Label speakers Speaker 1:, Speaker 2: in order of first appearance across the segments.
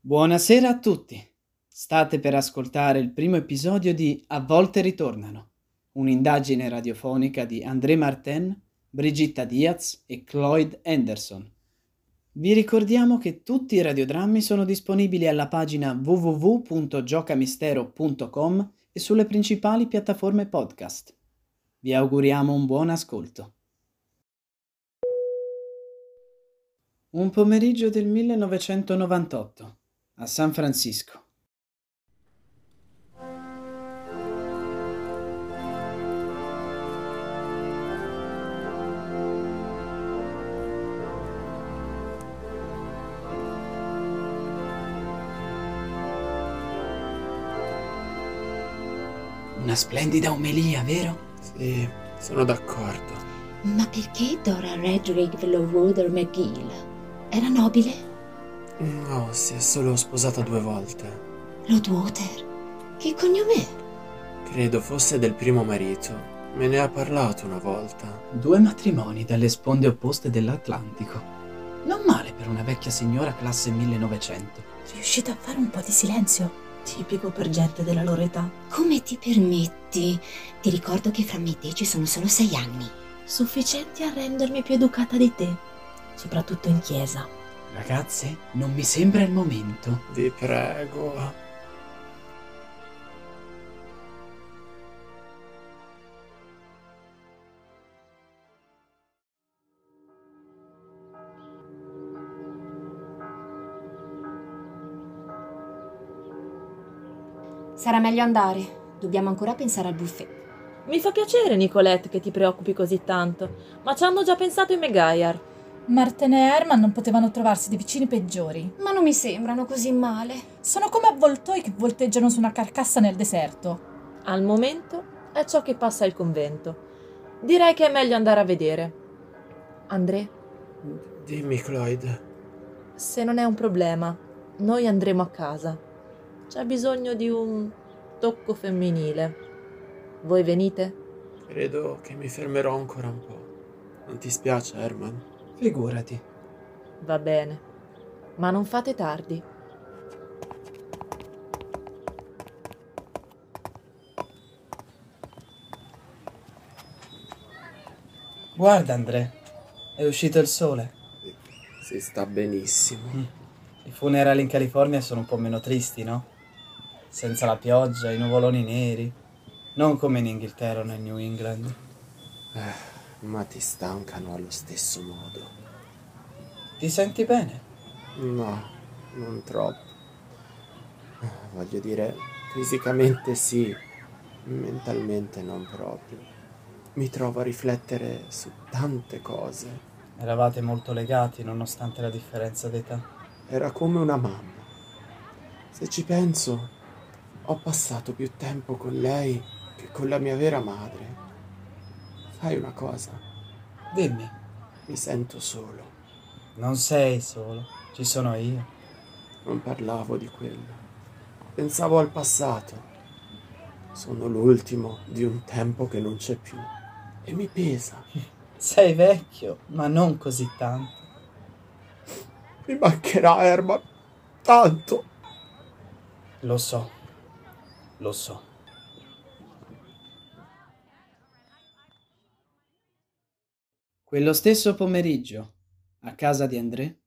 Speaker 1: Buonasera a tutti. State per ascoltare il primo episodio di A volte ritornano, un'indagine radiofonica di André Martin, Brigitta Diaz e Cloyd Anderson. Vi ricordiamo che tutti i radiodrammi sono disponibili alla pagina www.giocamistero.com e sulle principali piattaforme podcast. Vi auguriamo un buon ascolto. Un pomeriggio del 1998 a San Francisco. Una splendida omelia, vero?
Speaker 2: Sì, sono d'accordo.
Speaker 3: Ma perché Dora Redrick Lowoder McGill? Era nobile?
Speaker 2: No, si è solo sposata due volte.
Speaker 3: Lodwater? Che cognome è?
Speaker 2: Credo fosse del primo marito. Me ne ha parlato una volta.
Speaker 1: Due matrimoni dalle sponde opposte dell'Atlantico. Non male per una vecchia signora classe 1900.
Speaker 4: Riuscite a fare un po' di silenzio? Tipico per gente della loro età.
Speaker 3: Come ti permetti? Ti ricordo che fra me e te ci sono solo sei anni.
Speaker 4: Sufficienti a rendermi più educata di te, soprattutto in chiesa.
Speaker 1: Ragazze, non mi sembra il momento.
Speaker 2: Vi prego.
Speaker 3: Sarà meglio andare. Dobbiamo ancora pensare al buffet.
Speaker 5: Mi fa piacere, Nicolette, che ti preoccupi così tanto, ma ci hanno già pensato i Megaiar.
Speaker 6: Marten e Herman non potevano trovarsi di vicini peggiori.
Speaker 3: Ma non mi sembrano così male.
Speaker 6: Sono come avvoltoi che volteggiano su una carcassa nel deserto.
Speaker 5: Al momento è ciò che passa il convento. Direi che è meglio andare a vedere. André,
Speaker 2: Dimmi, Cloyd.
Speaker 5: se non è un problema, noi andremo a casa. C'è bisogno di un tocco femminile. Voi venite?
Speaker 2: Credo che mi fermerò ancora un po'. Non ti spiace, Herman?
Speaker 1: Figurati.
Speaker 5: Va bene. Ma non fate tardi.
Speaker 1: Guarda, André. È uscito il sole.
Speaker 2: Si sta benissimo.
Speaker 1: I funerali in California sono un po' meno tristi, no? Senza la pioggia, i nuvoloni neri. Non come in Inghilterra o nel New England.
Speaker 2: Eh, Ma ti stancano allo stesso modo.
Speaker 1: Ti senti bene?
Speaker 2: No, non troppo. Ah, Voglio dire, fisicamente sì, mentalmente non proprio. Mi trovo a riflettere su tante cose.
Speaker 1: Eravate molto legati nonostante la differenza d'età.
Speaker 2: Era come una mamma. Se ci penso, ho passato più tempo con lei che con la mia vera madre. Sai una cosa,
Speaker 1: Dimmi,
Speaker 2: mi sento solo.
Speaker 1: non sei solo, ci sono io.
Speaker 2: Non parlavo di quello. Pensavo al passato. Sono l'ultimo di un tempo che non c'è più. E mi pesa.
Speaker 1: Sei vecchio, ma non così tanto.
Speaker 2: Mi mancherà Erma. Tanto.
Speaker 1: Lo so, lo so. Quello stesso pomeriggio, a casa di André,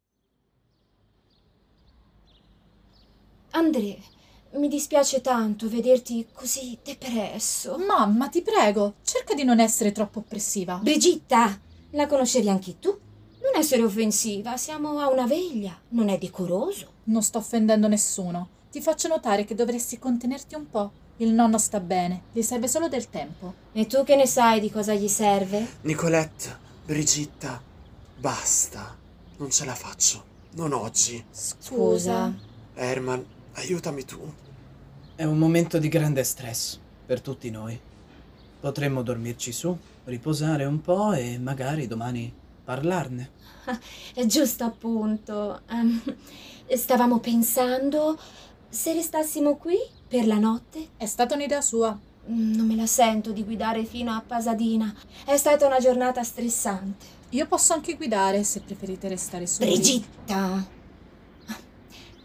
Speaker 7: André, mi dispiace tanto vederti così depresso.
Speaker 6: Mamma, ti prego, cerca di non essere troppo oppressiva.
Speaker 7: Brigitta, la conoscevi anche tu? Non essere offensiva, siamo a una veglia, non è decoroso.
Speaker 6: Non sto offendendo nessuno. Ti faccio notare che dovresti contenerti un po'. Il nonno sta bene, gli serve solo del tempo.
Speaker 7: E tu che ne sai di cosa gli serve?
Speaker 2: Nicolette, Brigitta, basta. Non ce la faccio. Non oggi.
Speaker 7: Scusa.
Speaker 2: Herman, aiutami tu.
Speaker 1: è un momento di grande stress per tutti noi. Potremmo dormirci su, riposare un po' e magari domani parlarne.
Speaker 7: È giusto appunto. Ehm, stavamo pensando se restassimo qui per la notte.
Speaker 6: È stata un'idea sua.
Speaker 7: Mm, Non me la sento di guidare fino a Pasadena. È stata una giornata stressante.
Speaker 6: Io posso anche guidare se preferite restare su.
Speaker 7: Brigitta!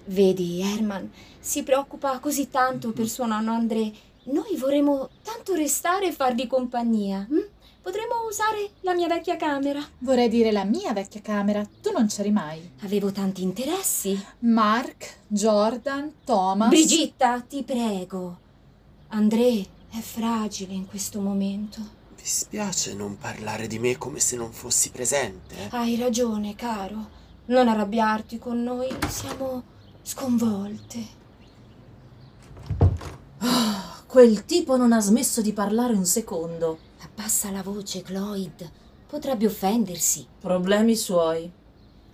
Speaker 8: Vedi, Herman si preoccupa così tanto per suo nonno André. Noi vorremmo tanto restare e fargli compagnia. hm? Potremmo usare la mia vecchia camera.
Speaker 6: Vorrei dire la mia vecchia camera, tu non c'eri mai.
Speaker 8: Avevo tanti interessi.
Speaker 6: Mark, Jordan, Thomas.
Speaker 8: Brigitta, ti prego. André è fragile in questo momento.
Speaker 2: Vi spiace non parlare di me come se non fossi presente?
Speaker 8: Hai ragione, caro. Non arrabbiarti con noi, siamo sconvolte.
Speaker 5: Ah, quel tipo non ha smesso di parlare un secondo.
Speaker 8: Abbassa la voce, Cloyd. Potrebbe offendersi.
Speaker 5: Problemi suoi.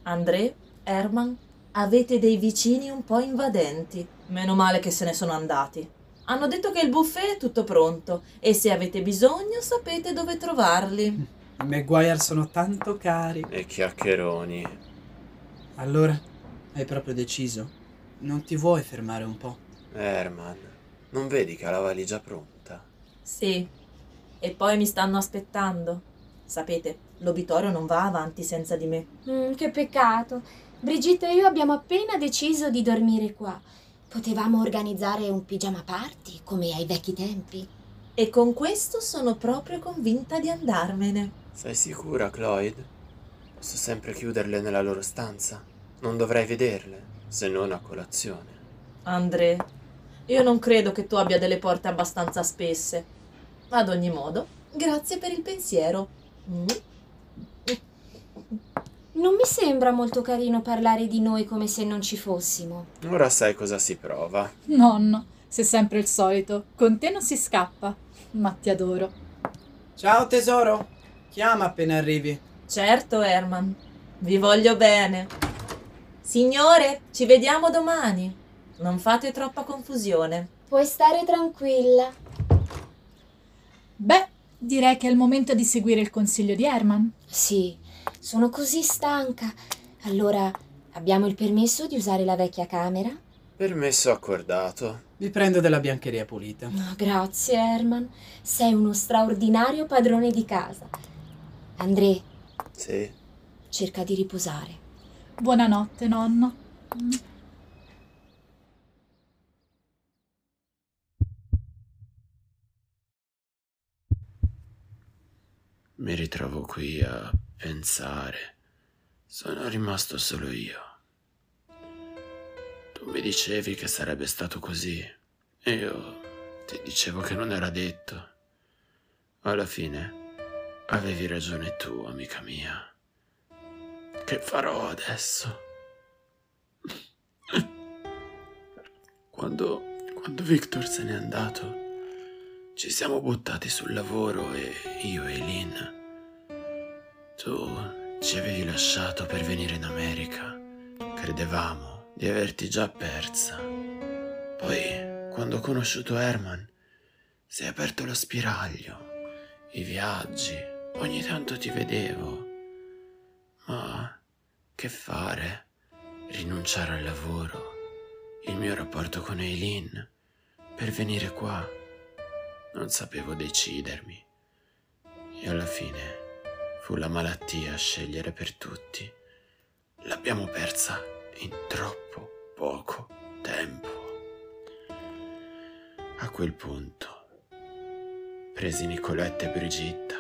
Speaker 5: André, Herman, avete dei vicini un po' invadenti. Meno male che se ne sono andati. Hanno detto che il buffet è tutto pronto e se avete bisogno sapete dove trovarli.
Speaker 1: I Maguire sono tanto cari.
Speaker 2: E chiacchieroni.
Speaker 1: Allora, hai proprio deciso? Non ti vuoi fermare un po'?
Speaker 2: Herman, non vedi che ha la valigia pronta?
Speaker 5: Sì. E poi mi stanno aspettando. Sapete, l'obitorio non va avanti senza di me.
Speaker 8: Mm, che peccato. Brigitte e io abbiamo appena deciso di dormire qua. Potevamo organizzare un pigiama party, come ai vecchi tempi.
Speaker 5: E con questo sono proprio convinta di andarmene.
Speaker 2: Sei sicura, Cloyd? Posso sempre chiuderle nella loro stanza? Non dovrei vederle, se non a colazione.
Speaker 5: André, io non credo che tu abbia delle porte abbastanza spesse. Ad ogni modo, grazie per il pensiero. Mm.
Speaker 8: Non mi sembra molto carino parlare di noi come se non ci fossimo.
Speaker 2: Ora sai cosa si prova.
Speaker 6: Nonno, sei sempre il solito. Con te non si scappa. Ma ti adoro.
Speaker 1: Ciao tesoro! Chiama appena arrivi.
Speaker 5: Certo, Herman, vi voglio bene. Signore, ci vediamo domani. Non fate troppa confusione.
Speaker 8: Puoi stare tranquilla.
Speaker 6: Beh, direi che è il momento di seguire il consiglio di Herman.
Speaker 8: Sì, sono così stanca. Allora, abbiamo il permesso di usare la vecchia camera?
Speaker 2: Permesso accordato.
Speaker 1: Vi prendo della biancheria pulita.
Speaker 8: No, grazie, Herman. Sei uno straordinario padrone di casa. André,
Speaker 2: Sì.
Speaker 8: cerca di riposare.
Speaker 6: Buonanotte, nonno. Mm.
Speaker 2: Mi ritrovo qui a pensare. Sono rimasto solo io. Tu mi dicevi che sarebbe stato così. E io ti dicevo che non era detto. Alla fine avevi ragione tu, amica mia. Che farò adesso? Quando, quando Victor se n'è andato, ci siamo buttati sul lavoro e io e Lynn. Tu ci avevi lasciato per venire in America. Credevamo di averti già persa. Poi, quando ho conosciuto Herman, si è aperto lo spiraglio, i viaggi, ogni tanto ti vedevo. Ma che fare? Rinunciare al lavoro, il mio rapporto con Eileen, per venire qua. Non sapevo decidermi. E alla fine fu la malattia a scegliere per tutti. L'abbiamo persa in troppo poco tempo. A quel punto presi Nicoletta e Brigitta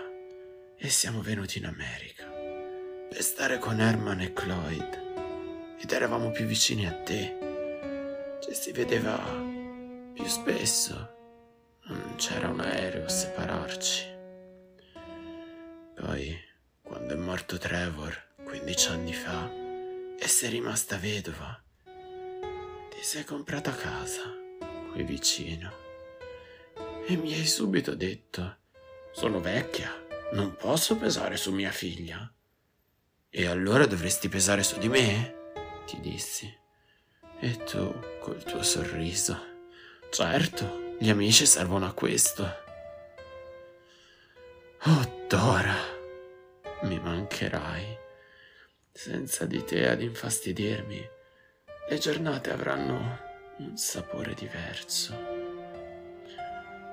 Speaker 2: e siamo venuti in America per stare con Herman e Cloyd ed eravamo più vicini a te. Ci si vedeva più spesso. Non c'era un aereo a separarci. Poi, quando è morto Trevor 15 anni fa e sei rimasta vedova, ti sei comprata casa qui vicino. E mi hai subito detto: Sono vecchia, non posso pesare su mia figlia. E allora dovresti pesare su di me? ti dissi. E tu, col tuo sorriso. Certo, gli amici servono a questo. Oh, Dora, mi mancherai. Senza di te ad infastidirmi, le giornate avranno un sapore diverso.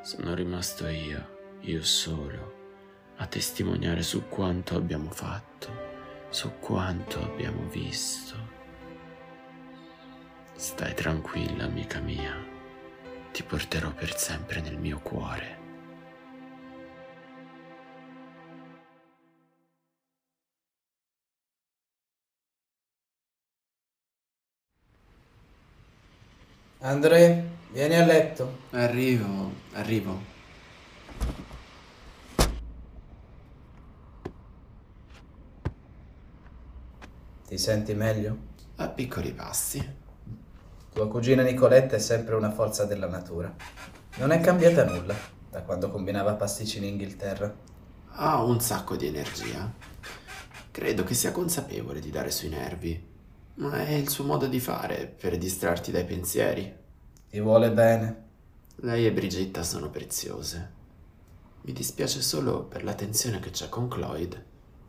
Speaker 2: Sono rimasto io, io solo, a testimoniare su quanto abbiamo fatto, su quanto abbiamo visto. Stai tranquilla, amica mia. Ti porterò per sempre nel mio cuore.
Speaker 1: André, vieni a letto.
Speaker 2: Arrivo, arrivo.
Speaker 1: Ti senti meglio?
Speaker 2: A piccoli passi.
Speaker 1: Tua cugina Nicoletta è sempre una forza della natura. Non è cambiata nulla da quando combinava pasticcini in Inghilterra.
Speaker 2: Ha un sacco di energia. Credo che sia consapevole di dare sui nervi, ma è il suo modo di fare per distrarti dai pensieri.
Speaker 1: Ti vuole bene.
Speaker 2: Lei e Brigitta sono preziose. Mi dispiace solo per la tensione che c'è con Cloyd.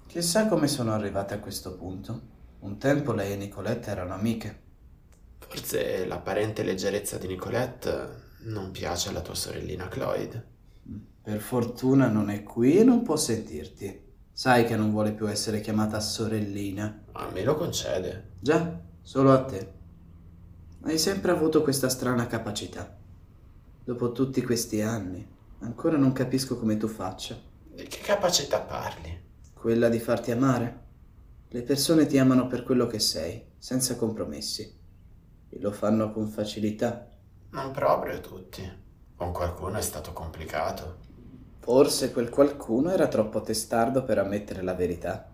Speaker 1: Chissà come sono arrivate a questo punto. Un tempo lei e Nicoletta erano amiche.
Speaker 2: Forse l'apparente leggerezza di Nicolette non piace alla tua sorellina Cloyd.
Speaker 1: Per fortuna non è qui e non può sentirti. Sai che non vuole più essere chiamata sorellina.
Speaker 2: A me lo concede.
Speaker 1: Già, solo a te. Hai sempre avuto questa strana capacità. Dopo tutti questi anni, ancora non capisco come tu faccia.
Speaker 2: Di che capacità parli?
Speaker 1: Quella di farti amare? Le persone ti amano per quello che sei, senza compromessi. E lo fanno con facilità.
Speaker 2: Non proprio tutti. Con qualcuno è stato complicato.
Speaker 1: Forse quel qualcuno era troppo testardo per ammettere la verità.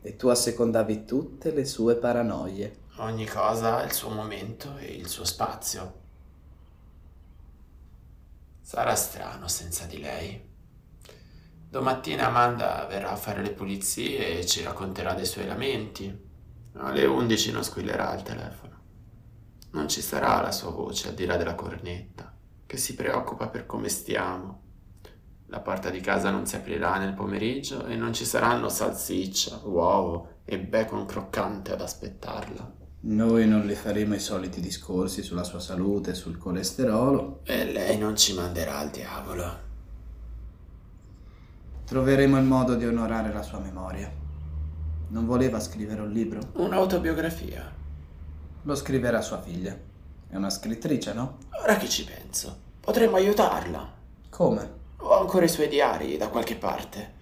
Speaker 1: E tu assecondavi tutte le sue paranoie.
Speaker 2: Ogni cosa ha il suo momento e il suo spazio. Sarà strano senza di lei. Domattina Amanda verrà a fare le pulizie e ci racconterà dei suoi lamenti. Alle 11 non squillerà il telefono. Non ci sarà la sua voce al di là della cornetta, che si preoccupa per come stiamo. La porta di casa non si aprirà nel pomeriggio e non ci saranno salsiccia, uovo e bacon croccante ad aspettarla.
Speaker 1: Noi non le faremo i soliti discorsi sulla sua salute, sul colesterolo.
Speaker 2: E lei non ci manderà al diavolo.
Speaker 1: Troveremo il modo di onorare la sua memoria. Non voleva scrivere un libro.
Speaker 2: Un'autobiografia.
Speaker 1: Lo scriverà sua figlia. È una scrittrice, no?
Speaker 2: Ora che ci penso, potremmo aiutarla.
Speaker 1: Come?
Speaker 2: Ho ancora i suoi diari da qualche parte.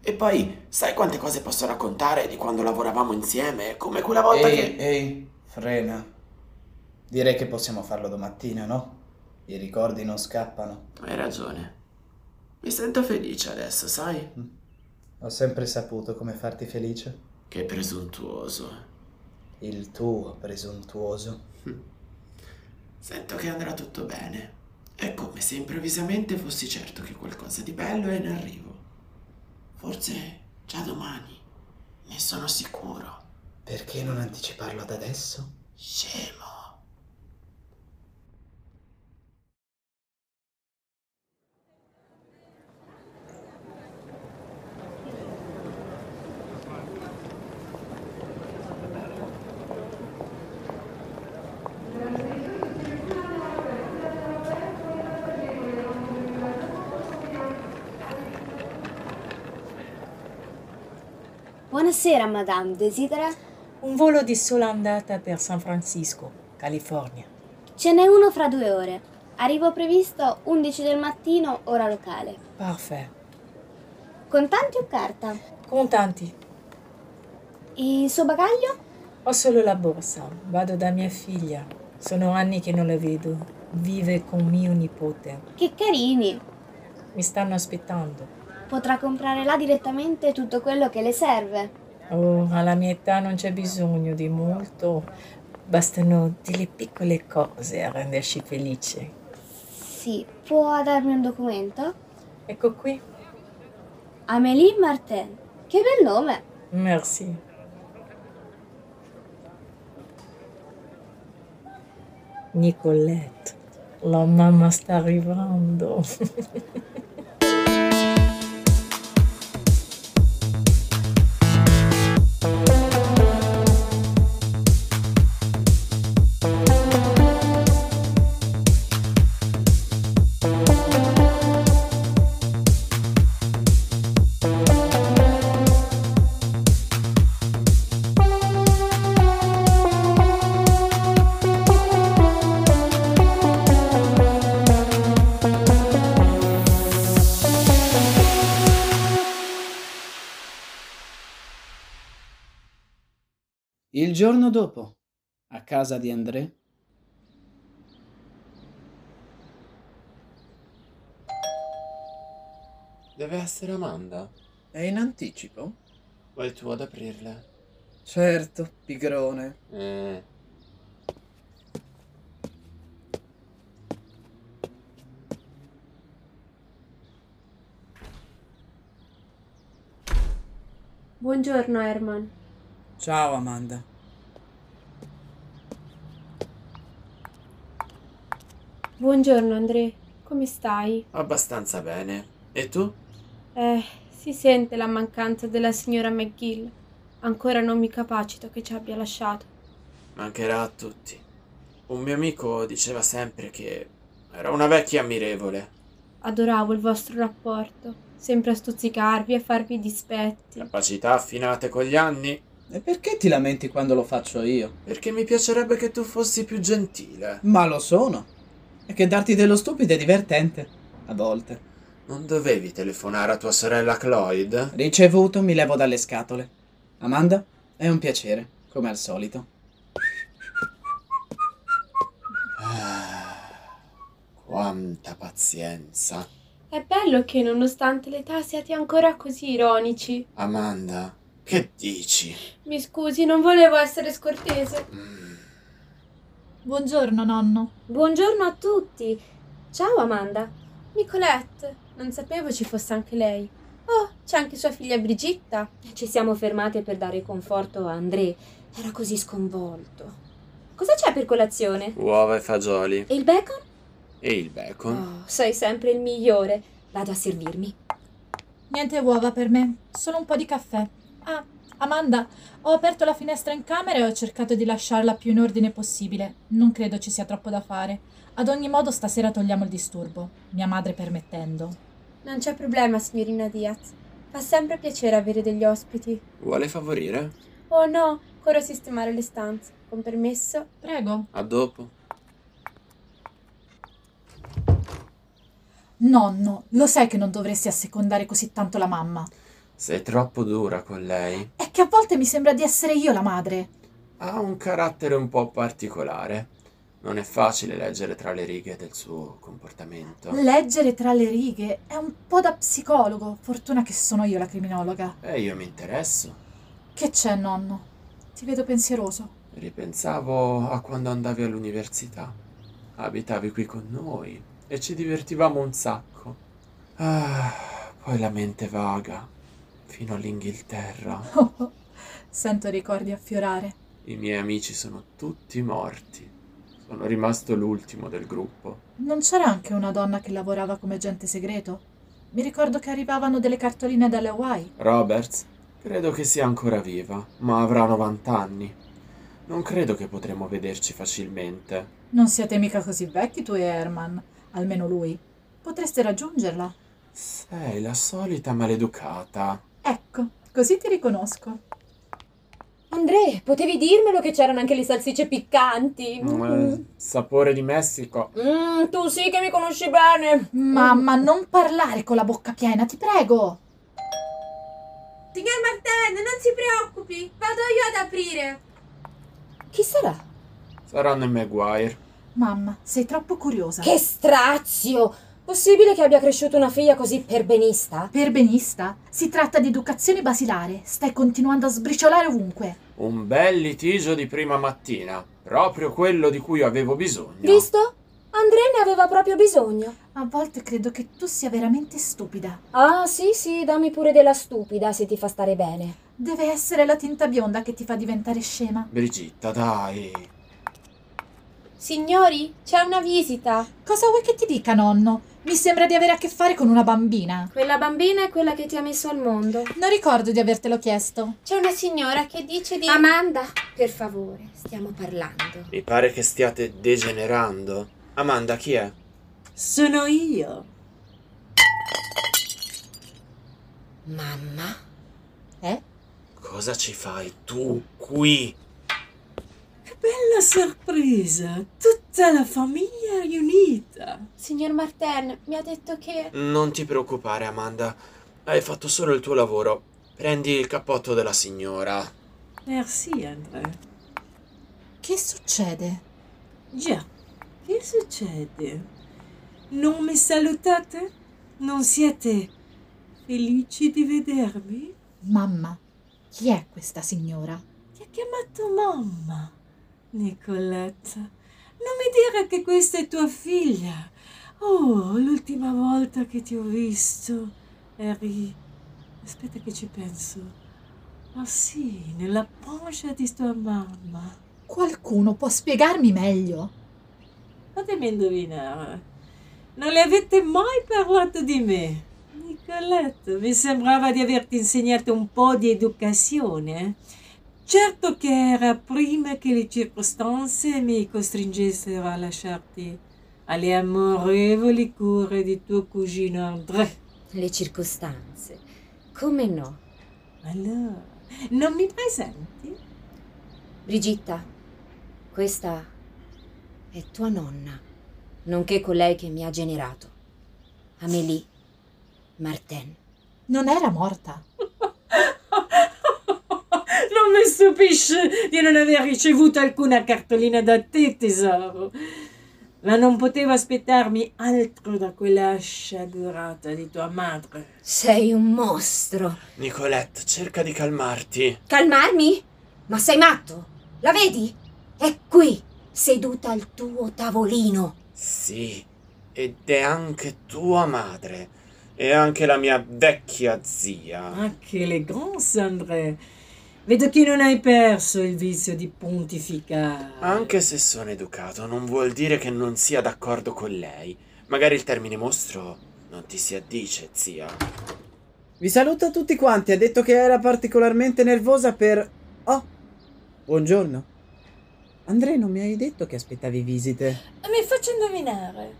Speaker 2: E poi, sai quante cose posso raccontare di quando lavoravamo insieme, come quella volta
Speaker 1: Ehi,
Speaker 2: che...
Speaker 1: ehi, frena. Direi che possiamo farlo domattina, no? I ricordi non scappano.
Speaker 2: Hai ragione. Mi sento felice adesso, sai?
Speaker 1: Hm? Ho sempre saputo come farti felice.
Speaker 2: Che presuntuoso.
Speaker 1: Il tuo presuntuoso.
Speaker 2: Sento che andrà tutto bene. È come se improvvisamente fossi certo che qualcosa di bello è in arrivo. Forse già domani. Ne sono sicuro.
Speaker 1: Perché non anticiparlo ad adesso?
Speaker 2: Scemo.
Speaker 9: Buonasera, madame. Desidera?
Speaker 10: Un volo di sola andata per San Francisco, California.
Speaker 9: Ce n'è uno fra due ore. Arrivo previsto 11 del mattino, ora locale.
Speaker 10: Parfait.
Speaker 9: Contanti o carta?
Speaker 10: Contanti.
Speaker 9: E il suo bagaglio?
Speaker 10: Ho solo la borsa. Vado da mia figlia. Sono anni che non la vedo. Vive con mio nipote.
Speaker 9: Che carini!
Speaker 10: Mi stanno aspettando.
Speaker 9: Potrà comprare là direttamente tutto quello che le serve.
Speaker 10: Oh, alla mia età non c'è bisogno di molto. Bastano delle piccole cose a renderci felici.
Speaker 9: Sì, può darmi un documento?
Speaker 10: Ecco qui.
Speaker 9: Amélie Martin. Che bel nome!
Speaker 10: Merci. Nicolette, la mamma sta arrivando.
Speaker 1: Il giorno dopo, a casa di André,
Speaker 2: Deve essere Amanda.
Speaker 11: È in anticipo?
Speaker 2: Vai tu ad aprirla.
Speaker 11: Certo, pigrone.
Speaker 2: Eh.
Speaker 9: Buongiorno Herman.
Speaker 11: Ciao Amanda.
Speaker 12: Buongiorno André, come stai?
Speaker 2: Abbastanza bene. E tu?
Speaker 12: Eh, si sente la mancanza della signora McGill. Ancora non mi capacito che ci abbia lasciato.
Speaker 2: Mancherà a tutti. Un mio amico diceva sempre che era una vecchia ammirevole.
Speaker 12: Adoravo il vostro rapporto, sempre a stuzzicarvi e a farvi dispetti.
Speaker 2: Capacità affinate con gli anni.
Speaker 1: E perché ti lamenti quando lo faccio io?
Speaker 2: Perché mi piacerebbe che tu fossi più gentile.
Speaker 1: Ma lo sono. E che darti dello stupido è divertente. A volte.
Speaker 2: Non dovevi telefonare a tua sorella Cloyd?
Speaker 1: Ricevuto, mi levo dalle scatole. Amanda, è un piacere, come al solito.
Speaker 2: Ah, Quanta pazienza.
Speaker 12: È bello che nonostante l'età siate ancora così ironici.
Speaker 2: Amanda, che dici?
Speaker 12: Mi scusi, non volevo essere scortese.
Speaker 6: Buongiorno, nonno.
Speaker 12: Buongiorno a tutti. Ciao Amanda. Nicolette, non sapevo ci fosse anche lei. Oh, c'è anche sua figlia Brigitta.
Speaker 8: Ci siamo fermate per dare conforto a André. Era così sconvolto. Cosa c'è per colazione?
Speaker 2: Uova e fagioli.
Speaker 8: E il bacon?
Speaker 2: E il bacon?
Speaker 1: Ah.
Speaker 8: Oh, sei sempre il migliore. Vado a servirmi.
Speaker 6: Niente uova per me, solo un po' di caffè. Ah, Amanda, ho aperto la finestra in camera e ho cercato di lasciarla più in ordine possibile. Non credo ci sia troppo da fare. Ad ogni modo, stasera togliamo il disturbo, mia madre permettendo.
Speaker 12: Non c'è problema, signorina Diaz. Fa sempre piacere avere degli ospiti.
Speaker 2: Vuole favorire?
Speaker 12: Oh no, corro a sistemare le stanze. Con permesso?
Speaker 6: Prego.
Speaker 2: A dopo.
Speaker 6: Nonno, lo sai che non dovresti assecondare così tanto la mamma.
Speaker 2: Sei troppo dura con lei.
Speaker 6: È che a volte mi sembra di essere io la madre.
Speaker 2: Ha un carattere un po' particolare. Non è facile leggere tra le righe del suo comportamento.
Speaker 6: Leggere tra le righe è un po' da psicologo. Fortuna che sono io la criminologa.
Speaker 2: E Eh, io mi interesso.
Speaker 6: Che c'è, nonno? Ti vedo pensieroso.
Speaker 2: Ripensavo a quando andavi all'università. Abitavi qui con noi e ci divertivamo un sacco. Ah, poi la mente vaga fino all'Inghilterra.
Speaker 6: Sento ricordi affiorare.
Speaker 2: I miei amici sono tutti morti. Sono rimasto l'ultimo del gruppo.
Speaker 6: Non c'era anche una donna che lavorava come agente segreto? Mi ricordo che arrivavano delle cartoline dalle Hawaii.
Speaker 2: Roberts, credo che sia ancora viva, ma avrà 90 anni. Non credo che potremo vederci facilmente.
Speaker 6: Non siete mica così vecchi tu e Herman, almeno lui. Potreste raggiungerla.
Speaker 2: Sei la solita maleducata.
Speaker 6: Ecco, così ti riconosco.
Speaker 8: André, potevi dirmelo che c'erano anche le salsicce piccanti.
Speaker 2: Mm, sapore di Messico.
Speaker 8: Mm, tu sì che mi conosci bene.
Speaker 6: Mamma, non parlare con la bocca piena, ti prego.
Speaker 7: Signor Martin, non si preoccupi, vado io ad aprire.
Speaker 8: Chi sarà?
Speaker 2: Saranno i Maguire.
Speaker 6: Mamma, sei troppo curiosa.
Speaker 8: Che strazio! Possibile che abbia cresciuto una figlia così perbenista?
Speaker 6: Perbenista? Si tratta di educazione basilare. Stai continuando a sbriciolare ovunque.
Speaker 2: Un bel litigio di prima mattina. Proprio quello di cui avevo bisogno.
Speaker 8: Visto? André ne aveva proprio bisogno.
Speaker 6: A volte credo che tu sia veramente stupida.
Speaker 8: Ah, sì, sì, dammi pure della stupida se ti fa stare bene.
Speaker 6: Deve essere la tinta bionda che ti fa diventare scema.
Speaker 2: Brigitta, dai.
Speaker 12: Signori, c'è una visita.
Speaker 6: Cosa vuoi che ti dica, nonno? Mi sembra di avere a che fare con una bambina.
Speaker 12: Quella bambina è quella che ti ha messo al mondo.
Speaker 6: Non ricordo di avertelo chiesto.
Speaker 12: C'è una signora che dice di.
Speaker 7: Amanda, per favore, stiamo parlando.
Speaker 2: Mi pare che stiate degenerando. Amanda, chi è?
Speaker 10: Sono io.
Speaker 8: Mamma?
Speaker 10: Eh?
Speaker 2: Cosa ci fai tu qui?
Speaker 10: Che bella sorpresa! Tutta la famiglia riunita.
Speaker 12: Signor Martin, mi ha detto che.
Speaker 2: Non ti preoccupare, Amanda. Hai fatto solo il tuo lavoro. Prendi il cappotto della signora.
Speaker 10: Merci, André.
Speaker 6: succede?
Speaker 13: Già, che succede? Non mi salutate? Non siete felici di vedermi?
Speaker 6: Mamma, chi è questa signora?
Speaker 13: Ti ha chiamato mamma, Nicoletta. Non mi dire che questa è tua figlia. Oh, l'ultima volta che ti ho visto eri... Aspetta che ci penso. Ah sì, nella pancia di tua mamma.
Speaker 6: Qualcuno può spiegarmi meglio?
Speaker 13: Fatemi indovinare. Non le avete mai parlato di me? Nicoletta, mi sembrava di averti insegnato un po' di educazione. Certo che era prima che le circostanze mi costringessero a lasciarti alle amorevoli cure di tuo cugino André.
Speaker 8: Le circostanze. Come no?
Speaker 13: Allora, non mi presenti?
Speaker 8: Brigitta, questa è tua nonna, nonché colei che mi ha generato. Amélie Martin.
Speaker 6: Non era morta.
Speaker 13: Non mi stupisce di non aver ricevuto alcuna cartolina da te, tesoro. Ma non potevo aspettarmi altro da quella sciagurata di tua madre.
Speaker 8: Sei un mostro.
Speaker 2: Nicolette, cerca di calmarti.
Speaker 8: Calmarmi? Ma sei matto? La vedi? È qui, seduta al tuo tavolino.
Speaker 2: Sì, ed è anche tua madre. E anche la mia vecchia zia.
Speaker 13: Ah, che eleganza, André. Vedo che non hai perso il vizio di pontificare.
Speaker 2: Anche se sono educato, non vuol dire che non sia d'accordo con lei. Magari il termine mostro non ti si addice, zia.
Speaker 1: Vi saluto tutti quanti. Ha detto che era particolarmente nervosa per. Oh, buongiorno. Andrea, non mi hai detto che aspettavi visite
Speaker 10: Mi faccio indovinare.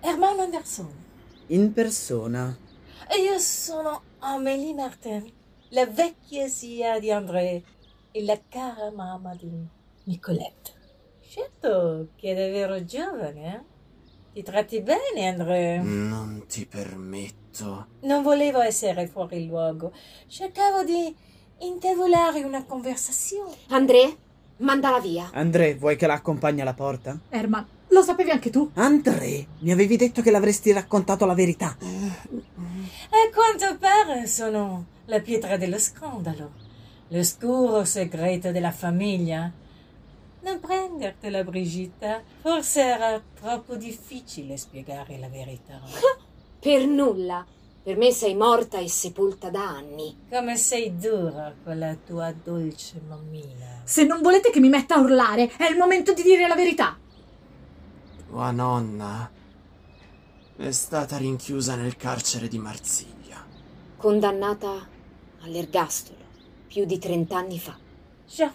Speaker 10: Herman Anderson.
Speaker 1: in persona.
Speaker 10: E io sono Amélie Martin, la vecchia zia di André e la cara mamma di Nicolette.
Speaker 13: Certo che è davvero giovane, eh?
Speaker 10: Ti tratti bene, André?
Speaker 2: Mm. Non ti permetto.
Speaker 10: Non volevo essere fuori luogo. Cercavo di intavolare una conversazione.
Speaker 8: André, mandala via.
Speaker 1: André, vuoi che la accompagni alla porta?
Speaker 6: Erman, lo sapevi anche tu?
Speaker 1: André, mi avevi detto che l'avresti raccontato la verità.
Speaker 10: A quanto pare sono la pietra dello scandalo, l'oscuro segreto della famiglia. Non prendertela, Brigitta. Forse era troppo difficile spiegare la verità.
Speaker 8: Per nulla. Per me sei morta e sepolta da anni.
Speaker 10: Come sei dura con la tua dolce mammina.
Speaker 6: Se non volete che mi metta a urlare, è il momento di dire la verità.
Speaker 2: Tua nonna è stata rinchiusa nel carcere di Marsiglia.
Speaker 8: Condannata all'ergastolo più di trent'anni fa.
Speaker 10: Già.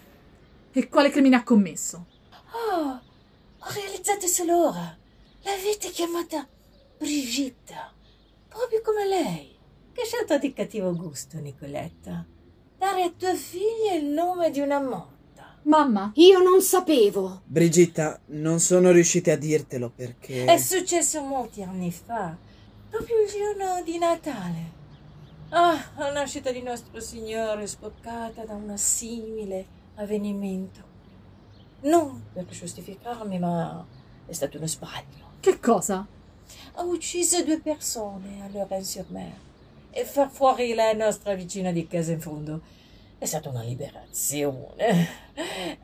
Speaker 6: E quale crimine ha commesso?
Speaker 10: Oh, ho realizzato solo ora. L'avete chiamata Brigitta, proprio come lei. Che scelta di cattivo gusto, Nicoletta. Dare a tua figlia il nome di una morta.
Speaker 6: Mamma,
Speaker 8: io non sapevo.
Speaker 1: Brigitta, non sono riuscite a dirtelo perché.
Speaker 10: È successo molti anni fa, proprio il giorno di Natale. Ah, la nascita di nostro Signore spoccata da un simile avvenimento. Non per giustificarmi, ma è stato uno sbaglio.
Speaker 6: Che cosa?
Speaker 10: Ho ucciso due persone a Lorraine-sur-Mer e far fuori la nostra vicina di casa in fondo. È stata una liberazione.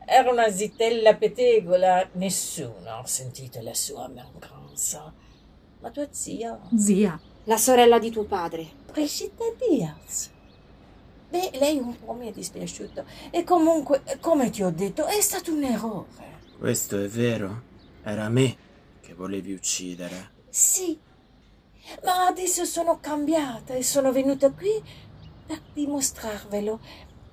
Speaker 10: Era una zitella petegola, nessuno ha sentito la sua mancanza. Ma tua zia.
Speaker 6: Zia.
Speaker 8: La sorella di tuo padre.
Speaker 10: Brigitta Diaz. Beh, lei un po' mi è dispiaciuto. E comunque, come ti ho detto, è stato un errore.
Speaker 2: Questo è vero. Era me che volevi uccidere.
Speaker 10: Sì, ma adesso sono cambiata e sono venuta qui per dimostrarvelo.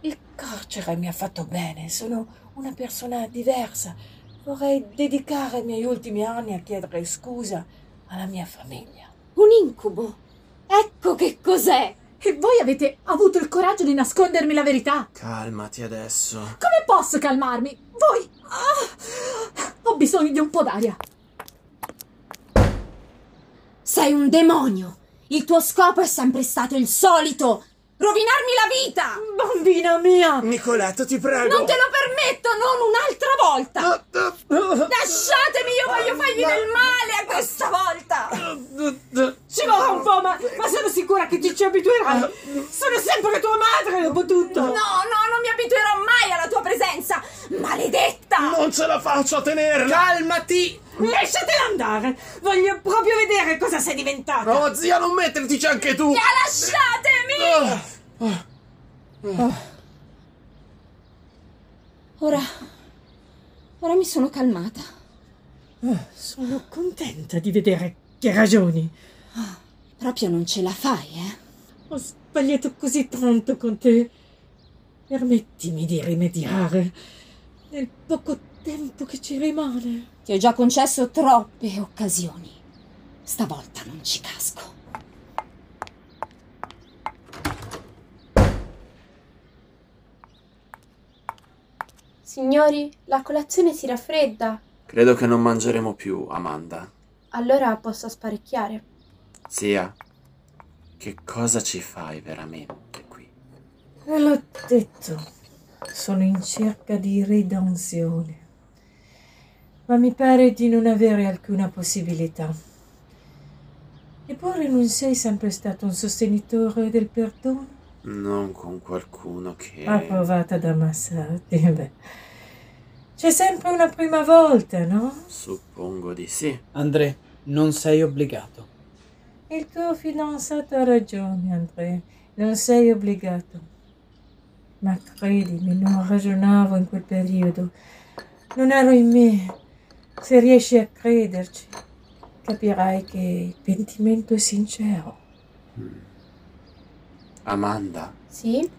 Speaker 10: Il carcere mi ha fatto bene, sono una persona diversa. Vorrei dedicare i miei ultimi anni a chiedere scusa alla mia famiglia.
Speaker 8: Un incubo. Ecco che cos'è.
Speaker 6: E voi avete avuto il coraggio di nascondermi la verità?
Speaker 2: Calmati adesso.
Speaker 6: Come posso calmarmi? Voi. Ah, ho bisogno di un po' d'aria.
Speaker 8: Sei un demonio. Il tuo scopo è sempre stato il solito. Rovinarmi la vita.
Speaker 13: Bambina mia!
Speaker 2: Nicoletta, ti prego!
Speaker 8: Non te lo permetto, non un'altra
Speaker 14: volta! Lasciatemi, io voglio fargli del male a questa volta! Ci vorrà un po', ma, ma sono sicura che ti ci abituerai! Sono sempre tua madre dopo tutto!
Speaker 15: No, no, non mi abituerò mai alla tua presenza! Maledetta!
Speaker 14: Non ce la faccio a tenerla! Calmati! Lasciatela andare! Voglio proprio vedere cosa sei diventata! Oh, zia, non mettertici anche tu! Ah.
Speaker 15: Via, lasciatemi!
Speaker 8: Oh. Ora. Ora mi sono calmata.
Speaker 10: Mm, sono contenta di vedere che ragioni.
Speaker 8: Proprio non ce la fai, eh?
Speaker 10: Ho sbagliato così tanto con te. Permettimi di rimediare nel poco tempo che ci rimane.
Speaker 8: Ti ho già concesso troppe occasioni. Stavolta non ci casco.
Speaker 12: Signori, la colazione si raffredda.
Speaker 2: Credo che non mangeremo più, Amanda.
Speaker 12: Allora posso sparecchiare.
Speaker 2: Zia, che cosa ci fai veramente qui?
Speaker 10: Ve l'ho detto, sono in cerca di redenzione. Ma mi pare di non avere alcuna possibilità. Eppure non sei sempre stato un sostenitore del perdono?
Speaker 2: Non con qualcuno che...
Speaker 10: Approvata da Massati. Eh, Beh. C'è sempre una prima volta, no?
Speaker 2: Suppongo di sì.
Speaker 1: André, non sei obbligato.
Speaker 10: Il tuo fidanzato ha ragione, Andrea. Non sei obbligato. Ma credimi, non ragionavo in quel periodo. Non ero in me. Se riesci a crederci, capirai che il pentimento è sincero.
Speaker 2: Amanda,
Speaker 12: Sì?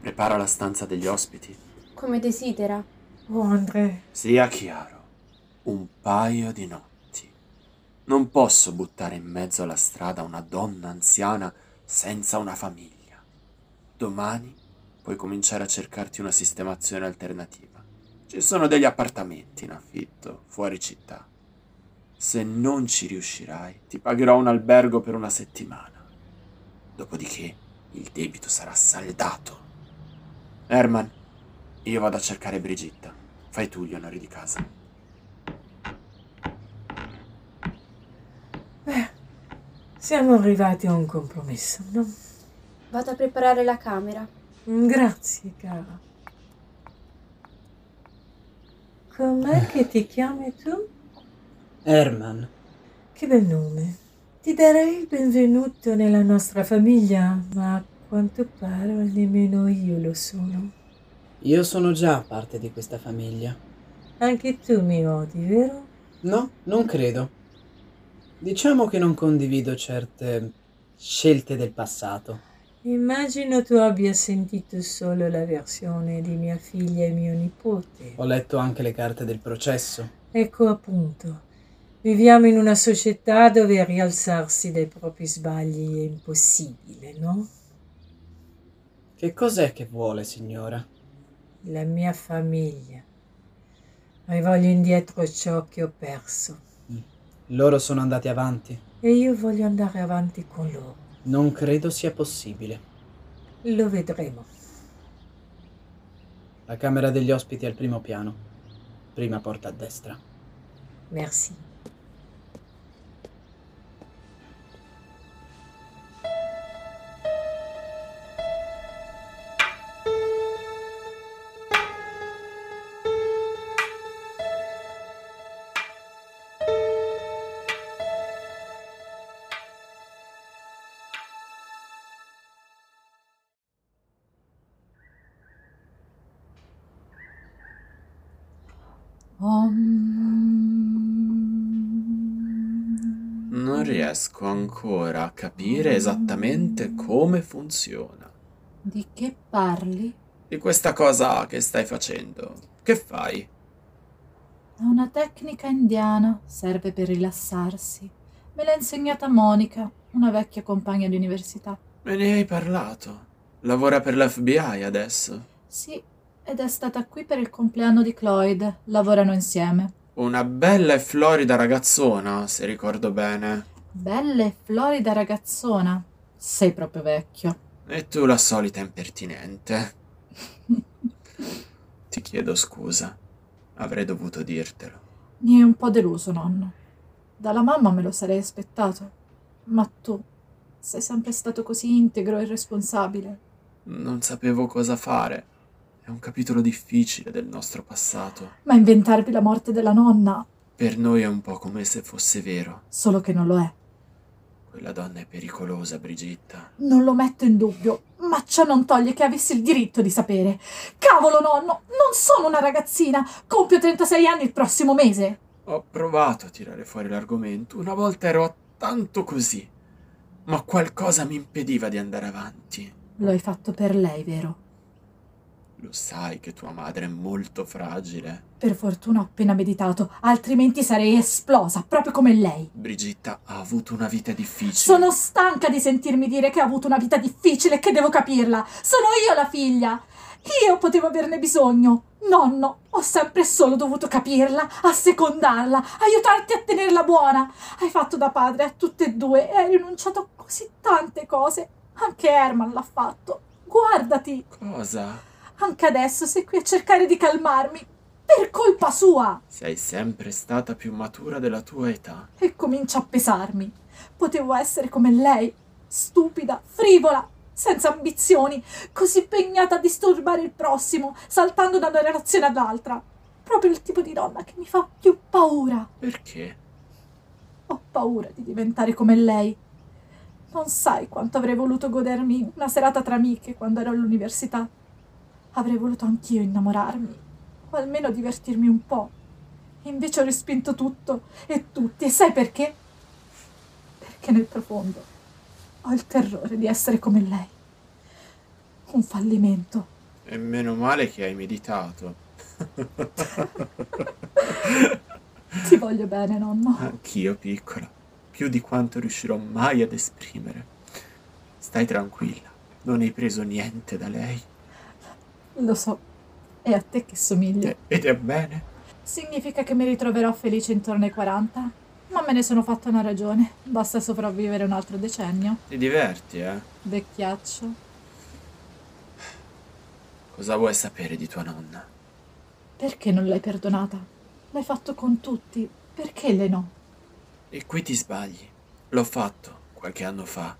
Speaker 2: prepara la stanza degli ospiti.
Speaker 12: Come desidera.
Speaker 10: Oh, Andrea.
Speaker 2: Sia chiaro, un paio di notti. Non posso buttare in mezzo alla strada una donna anziana senza una famiglia. Domani puoi cominciare a cercarti una sistemazione alternativa. Ci sono degli appartamenti in affitto, fuori città. Se non ci riuscirai, ti pagherò un albergo per una settimana. Dopodiché il debito sarà saldato. Herman, io vado a cercare Brigitta. Fai tu gli onori di casa.
Speaker 10: Siamo arrivati a un compromesso, no?
Speaker 12: Vado a preparare la camera.
Speaker 10: Grazie, cara. Com'è che ti chiami tu?
Speaker 1: Herman,
Speaker 10: Che bel nome. Ti darei il benvenuto nella nostra famiglia, ma a quanto pare nemmeno io lo sono.
Speaker 1: io sono già parte di questa famiglia.
Speaker 10: Anche tu mi odi, vero?
Speaker 1: No, non credo. Diciamo che non condivido certe scelte del passato.
Speaker 10: Immagino tu abbia sentito solo la versione di mia figlia e mio nipote.
Speaker 1: Ho letto anche le carte del processo.
Speaker 10: Ecco appunto. Viviamo in una società dove rialzarsi dai propri sbagli è impossibile, no?
Speaker 1: Che cos'è che vuole, signora?
Speaker 10: La mia famiglia. Rivoglio indietro ciò che ho perso
Speaker 1: Loro sono andati avanti.
Speaker 10: e io voglio andare avanti con loro.
Speaker 1: Non credo sia possibile.
Speaker 10: Lo vedremo.
Speaker 1: La camera degli ospiti è al primo piano. Prima porta a destra.
Speaker 10: Merci.
Speaker 2: Non riesco ancora a capire esattamente come funziona.
Speaker 5: Di che parli?
Speaker 2: Di questa cosa che stai facendo. Che fai?
Speaker 6: È una tecnica indiana, serve per rilassarsi. Me l'ha insegnata Monica, una vecchia compagna di università.
Speaker 2: Me ne hai parlato. Lavora per l'FBI adesso.
Speaker 6: Sì, ed è stata qui per il compleanno di Cloyd. Lavorano insieme.
Speaker 2: Una bella e florida ragazzona, se ricordo bene.
Speaker 6: Bella e florida ragazzona. Sei proprio vecchio.
Speaker 2: E tu la solita impertinente. Ti chiedo scusa. Avrei dovuto dirtelo.
Speaker 6: Mi è un po' deluso, nonno. Dalla mamma me lo sarei aspettato, ma tu sei sempre stato così integro e responsabile.
Speaker 2: Non sapevo cosa fare. È un capitolo difficile del nostro passato.
Speaker 6: Ma inventarvi la morte della nonna,
Speaker 2: Per noi è un po' come se fosse vero.
Speaker 6: solo che non lo è.
Speaker 2: Quella donna è pericolosa, Brigitta.
Speaker 6: Non lo metto in dubbio, ma ciò non toglie che avessi il diritto di sapere. Cavolo, nonno, non sono una ragazzina. Compio 36 anni il prossimo mese.
Speaker 2: Ho provato a tirare fuori l'argomento. Una volta ero tanto così. Ma qualcosa mi impediva di andare avanti.
Speaker 6: Lo hai fatto per lei, vero?
Speaker 2: Lo sai che tua madre è molto fragile.
Speaker 6: Per fortuna ho appena meditato, altrimenti sarei esplosa, proprio come lei.
Speaker 2: Brigitta ha avuto una vita difficile.
Speaker 6: Sono stanca di sentirmi dire che ho avuto una vita difficile e che devo capirla. Sono io la figlia. Io potevo averne bisogno. Nonno, ho sempre solo dovuto capirla, assecondarla, aiutarti a tenerla buona. Hai fatto da padre a tutte e due e hai rinunciato a così tante cose. Anche Herman l'ha fatto. Guardati,
Speaker 2: Cosa?
Speaker 6: anche adesso sei qui a cercare di calmarmi. Per colpa sua!
Speaker 2: Sei sempre stata più matura della tua età.
Speaker 6: e comincia a pesarmi. Potevo essere come lei, stupida, frivola, senza ambizioni, così impegnata a disturbare il prossimo, saltando da una relazione all'altra. Proprio il tipo di donna che mi fa più paura.
Speaker 2: Perché?
Speaker 6: Ho paura di diventare come lei. Non sai quanto avrei voluto godermi una serata tra amiche quando ero all'università. Avrei voluto anch'io innamorarmi, o almeno divertirmi un po'. Invece ho respinto tutto e tutti, e sai perché? Perché nel profondo ho il terrore di essere come lei. Un fallimento.
Speaker 2: E meno male che hai meditato.
Speaker 6: Ti voglio bene, nonno.
Speaker 2: Anch'io, piccola. Più di quanto riuscirò mai ad esprimere. Stai tranquilla. Non hai preso niente da lei.
Speaker 6: Lo so, è a te che somiglio.
Speaker 2: Ed è bene.
Speaker 6: Significa che mi ritroverò felice intorno ai 40? Ma me ne sono fatta una ragione. Basta sopravvivere un altro decennio.
Speaker 2: Ti diverti, eh?
Speaker 6: Vecchiaccio.
Speaker 2: Cosa vuoi sapere di tua nonna?
Speaker 6: Perché non l'hai perdonata? L'hai fatto con tutti. Perché le no?
Speaker 2: E qui ti sbagli. L'ho fatto qualche anno fa.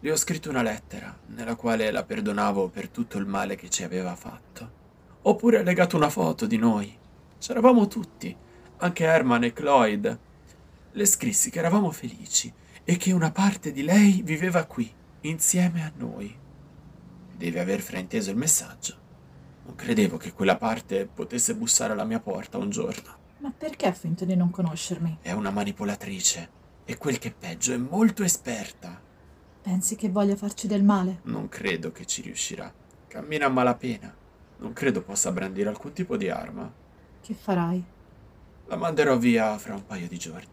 Speaker 2: Le ho scritto una lettera nella quale la perdonavo per tutto il male che ci aveva fatto. Oppure ho legato una foto di noi. C'eravamo tutti, anche Herman e Cloyd. Le scrissi che eravamo felici e che una parte di lei viveva qui, insieme a noi. Devi aver frainteso il messaggio. Non credevo che quella parte potesse bussare alla mia porta un giorno.
Speaker 6: Ma perché ha finto di non conoscermi?
Speaker 2: È una manipolatrice e quel che è peggio è molto esperta.
Speaker 6: Pensi che voglia farci del male?
Speaker 2: Non credo che ci riuscirà. Cammina a malapena. Non credo possa brandire alcun tipo di arma.
Speaker 6: Che farai?
Speaker 2: La manderò via fra un paio di giorni.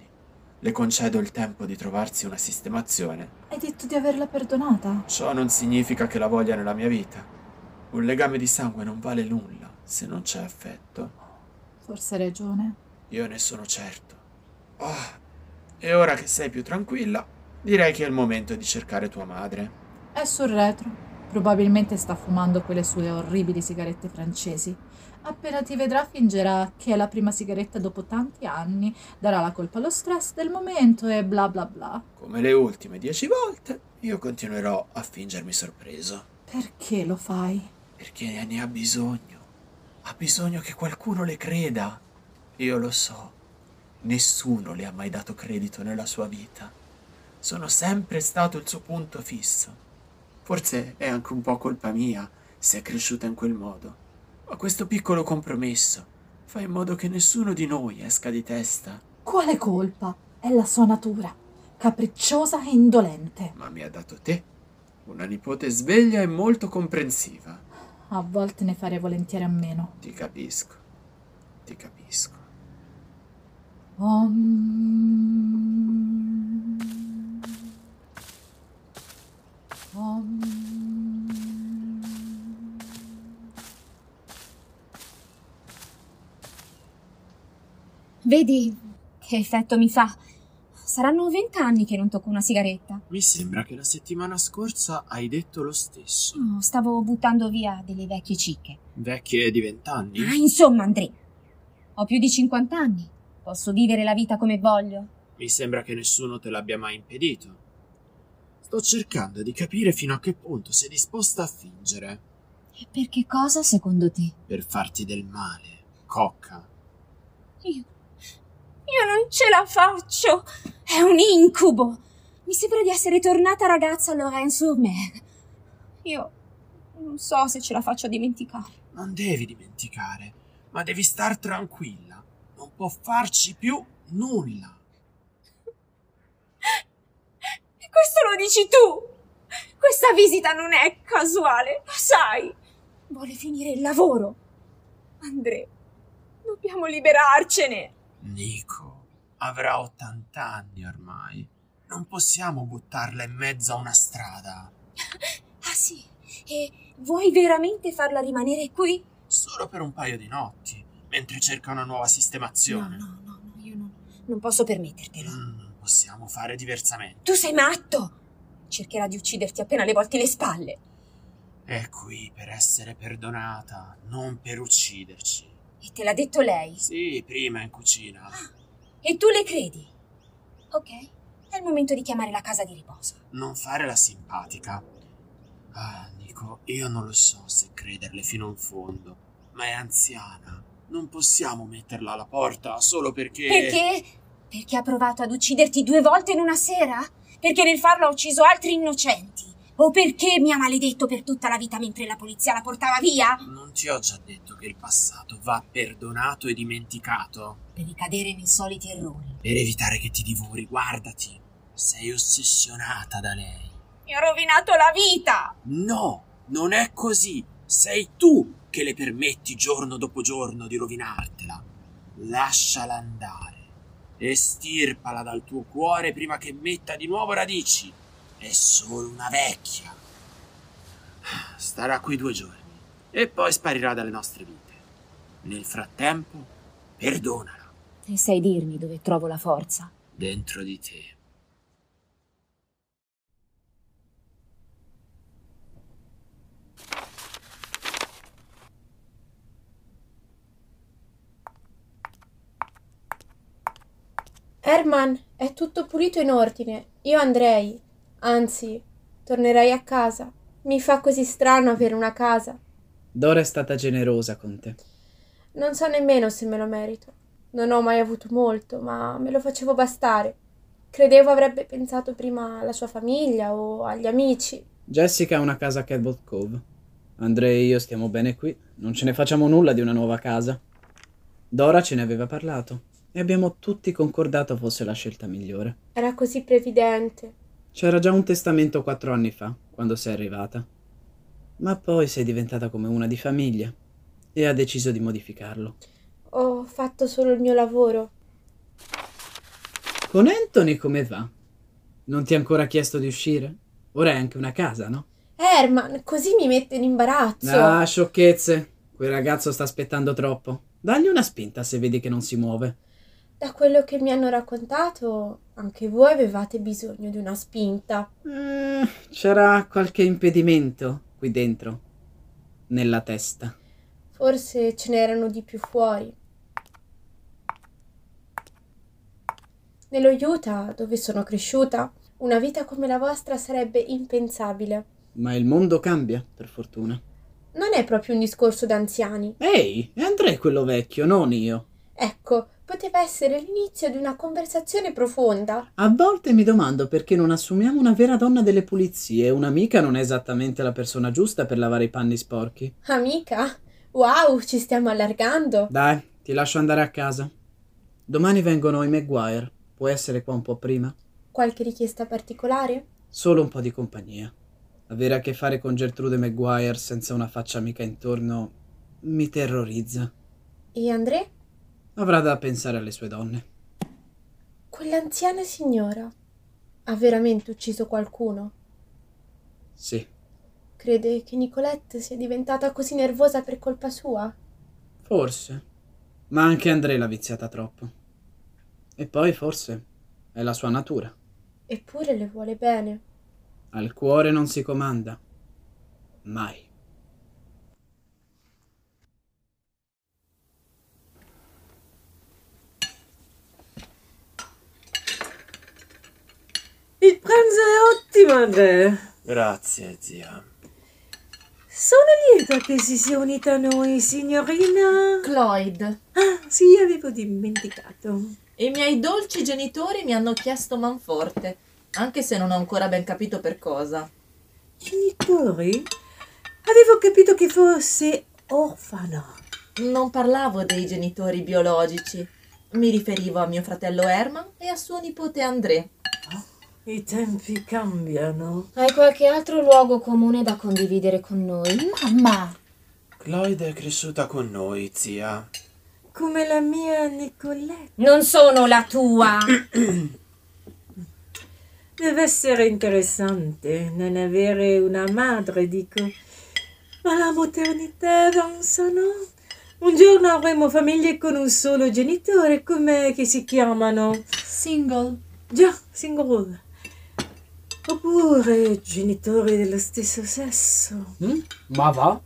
Speaker 2: Le concedo il tempo di trovarsi una sistemazione.
Speaker 6: Hai detto di averla perdonata?
Speaker 2: Ciò non significa che la voglia nella mia vita. Un legame di sangue non vale nulla se non c'è affetto.
Speaker 6: Forse hai ragione.
Speaker 2: Io ne sono certo. Ah, e ora che sei più tranquilla, direi che è il momento di cercare tua madre.
Speaker 6: È sul retro. Probabilmente sta fumando quelle sue orribili sigarette francesi. Appena ti vedrà fingerà che è la prima sigaretta dopo tanti anni, darà la colpa allo stress del momento e bla bla bla.
Speaker 2: Come le ultime dieci volte, io continuerò a fingermi sorpreso.
Speaker 6: Perché lo fai?
Speaker 2: Perché ne ha bisogno. Ha bisogno che qualcuno le creda. Io lo so. Nessuno le ha mai dato credito nella sua vita. Sono sempre stato il suo punto fisso. Forse è anche un po' colpa mia se è cresciuta in quel modo. Ma questo piccolo compromesso fa in modo che nessuno di noi esca di testa.
Speaker 6: Quale colpa? È la sua natura, capricciosa e indolente.
Speaker 2: Ma mi ha dato te. Una nipote sveglia e molto comprensiva.
Speaker 6: A volte ne farei volentieri a meno.
Speaker 2: Ti capisco. Ti capisco.
Speaker 6: Om. Om.
Speaker 8: Vedi che effetto mi fa. Saranno vent'anni che non tocco una sigaretta.
Speaker 2: Mi sembra che la settimana scorsa hai detto lo stesso.
Speaker 8: No, stavo buttando via delle vecchie cicche.
Speaker 2: Vecchie di vent'anni?
Speaker 8: Ah, insomma, André.
Speaker 16: Ho più di 50 anni. Posso vivere la vita come voglio.
Speaker 2: Mi sembra che nessuno te l'abbia mai impedito. Sto cercando di capire fino a che punto sei disposta a fingere
Speaker 16: E per che cosa, secondo te?
Speaker 2: per farti del male, cocca.
Speaker 8: Io. Io non ce la faccio! È un incubo! Mi sembra di essere tornata ragazza a Lorraine-sur-Mer. Io. non so se ce la faccio a dimenticare.
Speaker 2: Non devi dimenticare, ma devi star tranquilla. Non può farci più nulla.
Speaker 8: E questo lo dici tu! Questa visita non è casuale, lo sai! Vuole finire il lavoro! Andrea, dobbiamo liberarcene!
Speaker 2: Nico avrà 80 anni ormai. Non possiamo buttarla in mezzo a una strada.
Speaker 8: Ah sì? E vuoi veramente farla rimanere qui?
Speaker 2: Solo per un paio di notti, mentre cerca una nuova sistemazione.
Speaker 8: Non posso permettertelo.
Speaker 2: Non possiamo fare diversamente.
Speaker 8: Tu sei matto! Cercherà di ucciderti appena le volti le spalle.
Speaker 2: È qui per essere perdonata, non per ucciderci.
Speaker 8: E te l'ha detto lei.
Speaker 2: Sì, prima in cucina.
Speaker 8: E tu le credi? Ok, è il momento di chiamare la casa di riposo.
Speaker 2: Non fare la simpatica. Ah, Nico, io non lo so se crederle fino in fondo, ma è anziana. Non possiamo metterla alla porta solo perché.
Speaker 8: Perché? Perché ha provato ad ucciderti due volte in una sera? Perché nel farlo ha ucciso altri innocenti? O perché mi ha maledetto per tutta la vita mentre la polizia la portava via?
Speaker 2: Non ti ho già detto che il passato va perdonato e dimenticato?
Speaker 8: Per ricadere nei soliti errori.
Speaker 2: Per evitare che ti divori, guardati. Sei ossessionata da lei.
Speaker 8: Mi ha rovinato la vita!
Speaker 2: No, non è così. Sei tu che le permetti giorno dopo giorno di rovinartela. Lasciala andare. Estirpala dal tuo cuore prima che metta di nuovo radici. È solo una vecchia. Starà qui due giorni e poi sparirà dalle nostre vite. Nel frattempo, perdonala
Speaker 16: E sai dirmi dove trovo la forza?
Speaker 2: dentro di te.
Speaker 12: Herman, è tutto pulito e in ordine. Io andrei. Anzi, tornerei a casa. Mi fa così strano avere una casa.
Speaker 1: Dora è stata generosa con te.
Speaker 12: Non so nemmeno se me lo merito. Non ho mai avuto molto, ma me lo facevo bastare. Credevo avrebbe pensato prima alla sua famiglia o agli amici.
Speaker 1: Jessica ha una casa a Catbot Cove. Andrea e io stiamo bene qui, non ce ne facciamo nulla di una nuova casa. Dora ce ne aveva parlato e abbiamo tutti concordato fosse la scelta migliore.
Speaker 12: Era così previdente.
Speaker 1: C'era già un testamento quattro anni fa, quando sei arrivata. Ma poi sei diventata come una di famiglia e ha deciso di modificarlo.
Speaker 12: Ho fatto solo il mio lavoro.
Speaker 1: Con Anthony come va? Non ti ha ancora chiesto di uscire? Ora è anche una casa, no?
Speaker 12: Herman, così mi mette in imbarazzo.
Speaker 1: Ah, sciocchezze. Quel ragazzo sta aspettando troppo. Dagli una spinta se vedi che non si muove.
Speaker 12: Da quello che mi hanno raccontato, anche voi avevate bisogno di una spinta.
Speaker 1: C'era qualche impedimento qui dentro. Nella testa.
Speaker 12: Forse ce n'erano di più fuori. Nello Utah, dove sono cresciuta, una vita come la vostra sarebbe impensabile.
Speaker 1: Ma il mondo cambia, per fortuna.
Speaker 12: Non è proprio un discorso d'anziani.
Speaker 1: Ehi, è Andrea quello vecchio, non io.
Speaker 12: Ecco, poteva essere l'inizio di una conversazione profonda.
Speaker 1: A volte mi domando perché non assumiamo una vera donna delle pulizie. Un'amica non è esattamente la persona giusta per lavare i panni sporchi.
Speaker 12: Amica, wow, ci stiamo allargando.
Speaker 1: Dai, ti lascio andare a casa. Domani vengono i Maguire. Puoi essere qua un po' prima?
Speaker 12: Qualche richiesta particolare?
Speaker 1: Solo un po' di compagnia. Avere a che fare con Gertrude Maguire senza una faccia amica intorno mi terrorizza.
Speaker 12: E André?
Speaker 1: Avrà da pensare alle sue donne.
Speaker 12: Quell'anziana signora ha veramente ucciso qualcuno?
Speaker 1: Sì,
Speaker 12: Crede che Nicolette sia diventata così nervosa per colpa sua?
Speaker 1: forse. Ma anche Andrea l'ha viziata troppo. E poi forse è la sua natura.
Speaker 12: Eppure le vuole bene.
Speaker 1: Al cuore non si comanda. Mai.
Speaker 10: Benissimo, Andrea.
Speaker 2: Grazie, zia.
Speaker 10: Sono lieta che si sia unita a noi, signorina.
Speaker 5: Cloyd.
Speaker 10: Ah, sì, avevo dimenticato.
Speaker 5: I miei dolci genitori mi hanno chiesto manforte, anche se non ho ancora ben capito per cosa.
Speaker 10: Genitori? Avevo capito che fosse orfana.
Speaker 5: Non parlavo dei genitori biologici. Mi riferivo a mio fratello Herman e a suo nipote André.
Speaker 10: Oh, I tempi cambiano.
Speaker 8: Hai qualche altro luogo comune da condividere con noi?
Speaker 6: Mamma!
Speaker 2: Cloyd è cresciuta con noi, zia.
Speaker 10: Come la mia Nicoletta.
Speaker 8: Non sono la tua!
Speaker 10: Deve essere interessante non avere una madre, dico. Ma la maternità avanza, no? Un giorno avremo famiglie con un solo genitore, come che si chiamano?
Speaker 6: Single.
Speaker 10: Già, single. Oppure genitori dello stesso sesso.
Speaker 11: Ma va?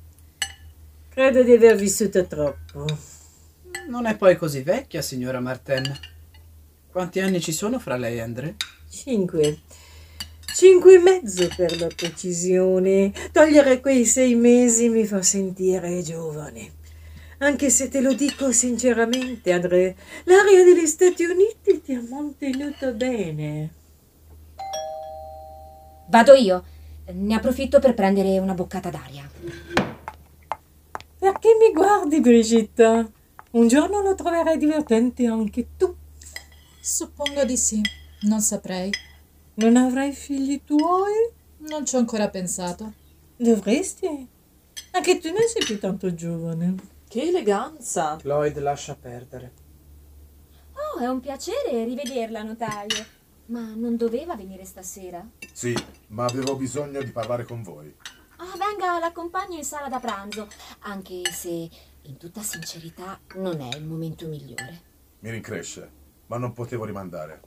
Speaker 10: Credo di aver vissuto troppo.
Speaker 11: Non è poi così vecchia, signora Martin. Quanti anni ci sono fra lei e André?
Speaker 10: Cinque. Cinque e mezzo per la precisione. Togliere quei sei mesi mi fa sentire giovane. Anche se te lo dico sinceramente, André, l'aria degli Stati Uniti ti ha mantenuto bene.
Speaker 8: Vado io. Ne approfitto per prendere una boccata d'aria.
Speaker 10: Perché mi guardi, Brigitta? Un giorno lo troverai divertente anche tu.
Speaker 6: Suppongo di sì, non saprei.
Speaker 10: Non avrai figli tuoi?
Speaker 6: Non ci ho ancora pensato.
Speaker 10: Dovresti? Anche tu non sei più tanto giovane.
Speaker 5: Che eleganza!
Speaker 11: Lloyd lascia perdere.
Speaker 8: Oh, è un piacere rivederla, notaio. Ma non doveva venire stasera?
Speaker 17: Sì, ma avevo bisogno di parlare con voi.
Speaker 8: Ah, venga, l'accompagno in sala da pranzo, anche se, in tutta sincerità, non è il momento migliore.
Speaker 17: Mi rincresce, ma non potevo rimandare.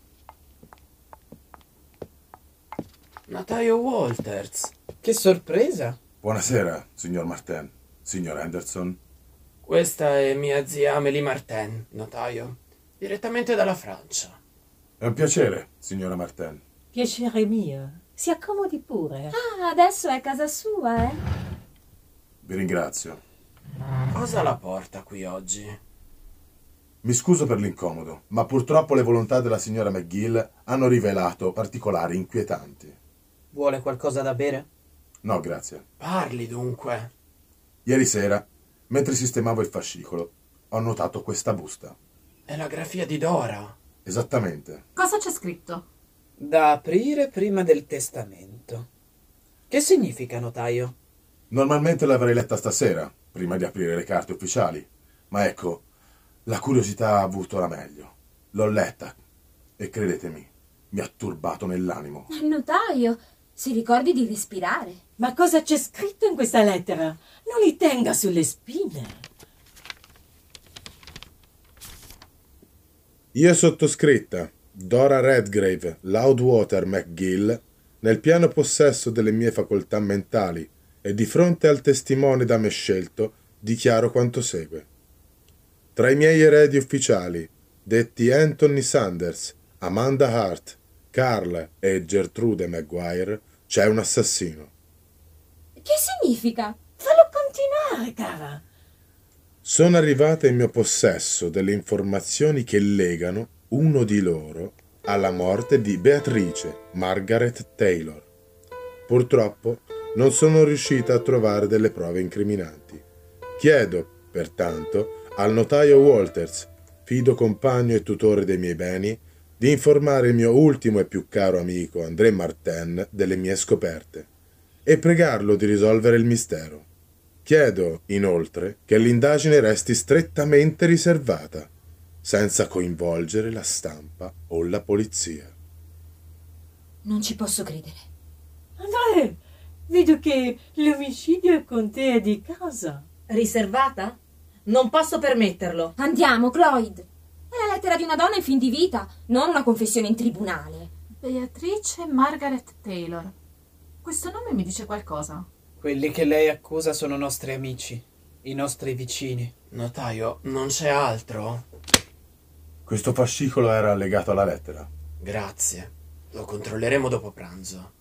Speaker 2: Notaio Walters.
Speaker 11: Che sorpresa!
Speaker 17: Buonasera, signor Martin. Signor Anderson.
Speaker 2: Questa è mia zia Amélie Martin, notaio, direttamente dalla Francia.
Speaker 17: È un piacere, signora Martin.
Speaker 4: Piacere mio. Si accomodi pure.
Speaker 8: Ah, adesso è casa sua, eh?
Speaker 17: Vi ringrazio.
Speaker 2: Cosa la porta qui oggi?
Speaker 17: Mi scuso per l'incomodo, ma purtroppo le volontà della signora McGill hanno rivelato particolari inquietanti.
Speaker 11: Vuole qualcosa da bere?
Speaker 17: No, grazie.
Speaker 2: Parli dunque.
Speaker 17: Ieri sera, mentre sistemavo il fascicolo, ho notato questa busta.
Speaker 2: È la grafia di Dora.
Speaker 17: Esattamente.
Speaker 6: Cosa c'è scritto?
Speaker 11: Da aprire prima del testamento. Che significa, notaio?
Speaker 17: Normalmente l'avrei letta stasera, prima di aprire le carte ufficiali, ma ecco, la curiosità ha avuto la meglio. L'ho letta e credetemi, mi ha turbato nell'animo.
Speaker 8: Eh, Notaio, si ricordi di respirare.
Speaker 4: Ma cosa c'è scritto in questa lettera? Non li tenga sulle spine.
Speaker 17: Io sottoscritta, Dora Redgrave, Loudwater McGill, nel pieno possesso delle mie facoltà mentali e di fronte al testimone da me scelto, dichiaro quanto segue. Tra i miei eredi ufficiali, detti Anthony Sanders, Amanda Hart, Carl e Gertrude Maguire, c'è un assassino.
Speaker 8: Che significa?
Speaker 4: Fallo
Speaker 5: Ah,
Speaker 4: continuare, cara.
Speaker 17: Sono arrivate in mio possesso delle informazioni che legano uno di loro alla morte di Beatrice Margaret Taylor. Purtroppo non sono riuscita a trovare delle prove incriminanti. Chiedo, pertanto, al notaio Walters, fido compagno e tutore dei miei beni, di informare il mio ultimo e più caro amico André Martin delle mie scoperte e pregarlo di risolvere il mistero. Chiedo, inoltre, che l'indagine resti strettamente riservata, senza coinvolgere la stampa o la polizia.
Speaker 8: Non ci posso credere.
Speaker 10: André, vedo che l'omicidio è con te di casa.
Speaker 5: Riservata? Non posso permetterlo.
Speaker 8: Andiamo, Cloyd. È la lettera di una donna in fin di vita, non una confessione in tribunale.
Speaker 6: Beatrice Margaret Taylor. Questo nome mi dice qualcosa.
Speaker 11: Quelli che lei accusa sono nostri amici, i nostri vicini.
Speaker 2: Notaio, non c'è altro?
Speaker 17: Questo fascicolo era legato alla lettera.
Speaker 2: Grazie. Lo controlleremo dopo pranzo.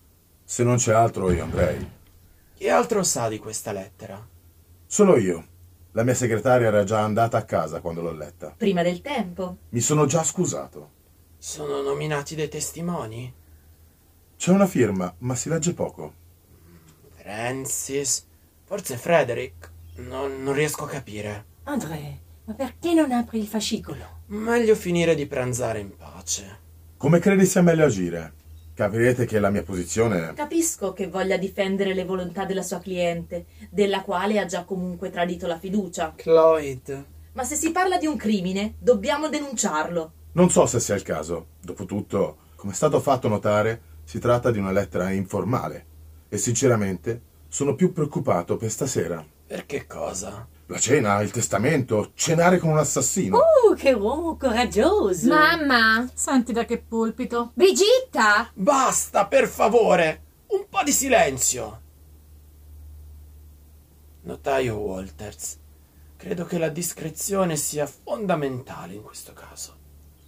Speaker 17: Se non c'è altro io andrei.
Speaker 2: Chi altro sa di questa lettera?
Speaker 17: Solo io. La mia segretaria era già andata a casa quando l'ho letta.
Speaker 5: Prima del tempo.
Speaker 17: Mi sono già scusato.
Speaker 2: Sono nominati dei testimoni?
Speaker 17: C'è una firma, ma si legge poco.
Speaker 2: Francis? Forse Frederick? Non, non riesco a capire.
Speaker 10: André, ma perché non apri il fascicolo?
Speaker 2: Meglio finire di pranzare in pace.
Speaker 17: Come credi sia meglio agire? Capirete che la mia posizione...
Speaker 5: Capisco che voglia difendere le volontà della sua cliente, della quale ha già comunque tradito la fiducia.
Speaker 2: Cloyd.
Speaker 5: Ma se si parla di un crimine, dobbiamo denunciarlo.
Speaker 17: Non so se sia il caso. Dopotutto, come è stato fatto notare, si tratta di una lettera informale. E sinceramente, sono più preoccupato per stasera.
Speaker 2: Per che cosa?
Speaker 17: La cena, il testamento, cenare con un assassino.
Speaker 10: Oh, che uomo coraggioso!
Speaker 8: Mamma!
Speaker 6: Senti da che pulpito.
Speaker 8: Brigitta!
Speaker 2: Basta, per favore! Un po' di silenzio! Notaio Walters, credo che la discrezione sia fondamentale in questo caso.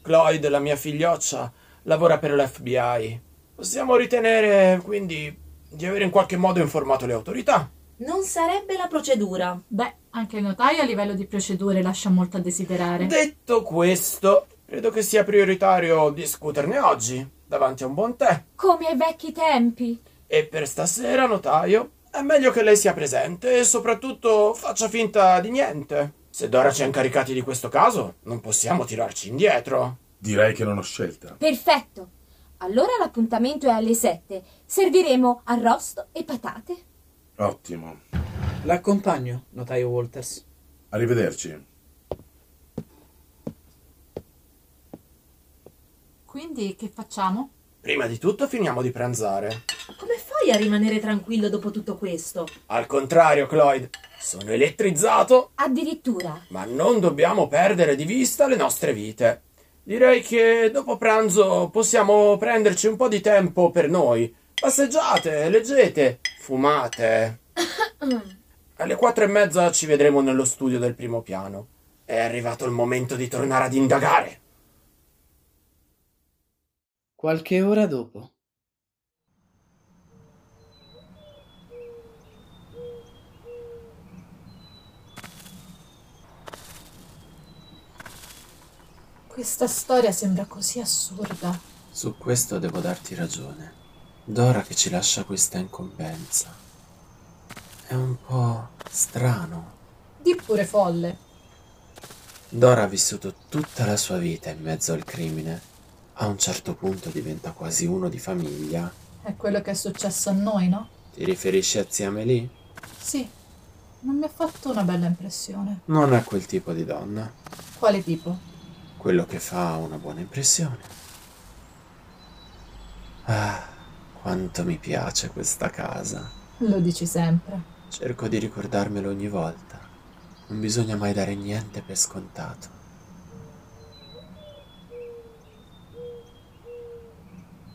Speaker 2: Cloyd, la mia figlioccia, lavora per l'FBI. Possiamo ritenere, quindi, di aver in qualche modo informato le autorità.
Speaker 5: Non sarebbe la procedura.
Speaker 6: Beh, anche il notaio a livello di procedure lascia molto a desiderare.
Speaker 2: Detto questo, credo che sia prioritario discuterne oggi, davanti a un buon tè.
Speaker 18: Come ai vecchi tempi.
Speaker 2: E per stasera, notaio, è meglio che lei sia presente e soprattutto faccia finta di niente. Se Dora ci ha incaricati di questo caso, non possiamo tirarci indietro.
Speaker 17: Direi che non ho scelta.
Speaker 8: Perfetto. Allora l'appuntamento è alle 7. Serviremo arrosto e patate.
Speaker 17: Ottimo.
Speaker 1: L'accompagno, notaio Walters.
Speaker 17: Arrivederci.
Speaker 6: Quindi che facciamo?
Speaker 2: Prima di tutto finiamo di pranzare.
Speaker 5: Come fai a rimanere tranquillo dopo tutto questo?
Speaker 2: Al contrario, Cloyd, sono elettrizzato,
Speaker 8: Addirittura.
Speaker 2: ma non dobbiamo perdere di vista le nostre vite. Direi che dopo pranzo possiamo prenderci un po' di tempo per noi. Passeggiate, leggete, fumate. Alle quattro e mezza ci vedremo nello studio del primo piano. È arrivato il momento di tornare ad indagare.
Speaker 19: Qualche ora dopo.
Speaker 6: Questa storia sembra così assurda.
Speaker 2: Su questo devo darti ragione. Dora che ci lascia questa incombenza. È un po' strano.
Speaker 6: Di pure folle.
Speaker 2: Dora ha vissuto tutta la sua vita in mezzo al crimine. A un certo punto diventa quasi uno di famiglia.
Speaker 6: È quello che è successo a noi, no?
Speaker 2: Ti riferisci a zia Melì?
Speaker 6: Sì. Non mi ha fatto una bella impressione.
Speaker 2: Non è quel tipo di donna.
Speaker 6: Quale tipo?
Speaker 2: Quello che fa una buona impressione. Ah, quanto mi piace questa casa.
Speaker 6: Lo dici sempre.
Speaker 2: Cerco di ricordarmelo ogni volta. Non bisogna mai dare niente per scontato.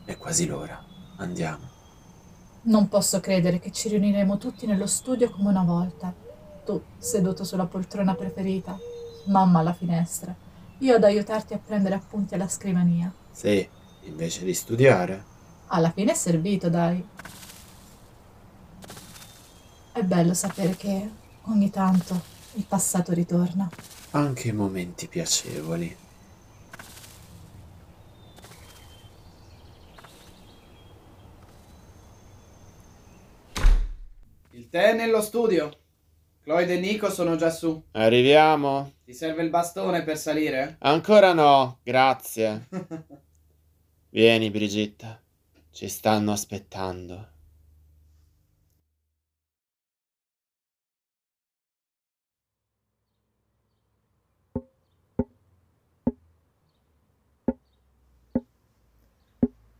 Speaker 2: È quasi l'ora. Andiamo.
Speaker 6: Non posso credere che ci riuniremo tutti nello studio come una volta. Tu seduto sulla poltrona preferita, mamma alla finestra, io ad aiutarti a prendere appunti alla scrivania.
Speaker 2: Sì, invece di studiare.
Speaker 6: Alla fine è servito, dai. È bello sapere che ogni tanto il passato ritorna.
Speaker 2: Anche i momenti piacevoli.
Speaker 19: Il tè è nello studio. Cloyd e Nico sono già su.
Speaker 2: Arriviamo?
Speaker 19: Ti serve il bastone per salire?
Speaker 2: Ancora no, grazie. Vieni, Brigitta. Ci stanno aspettando.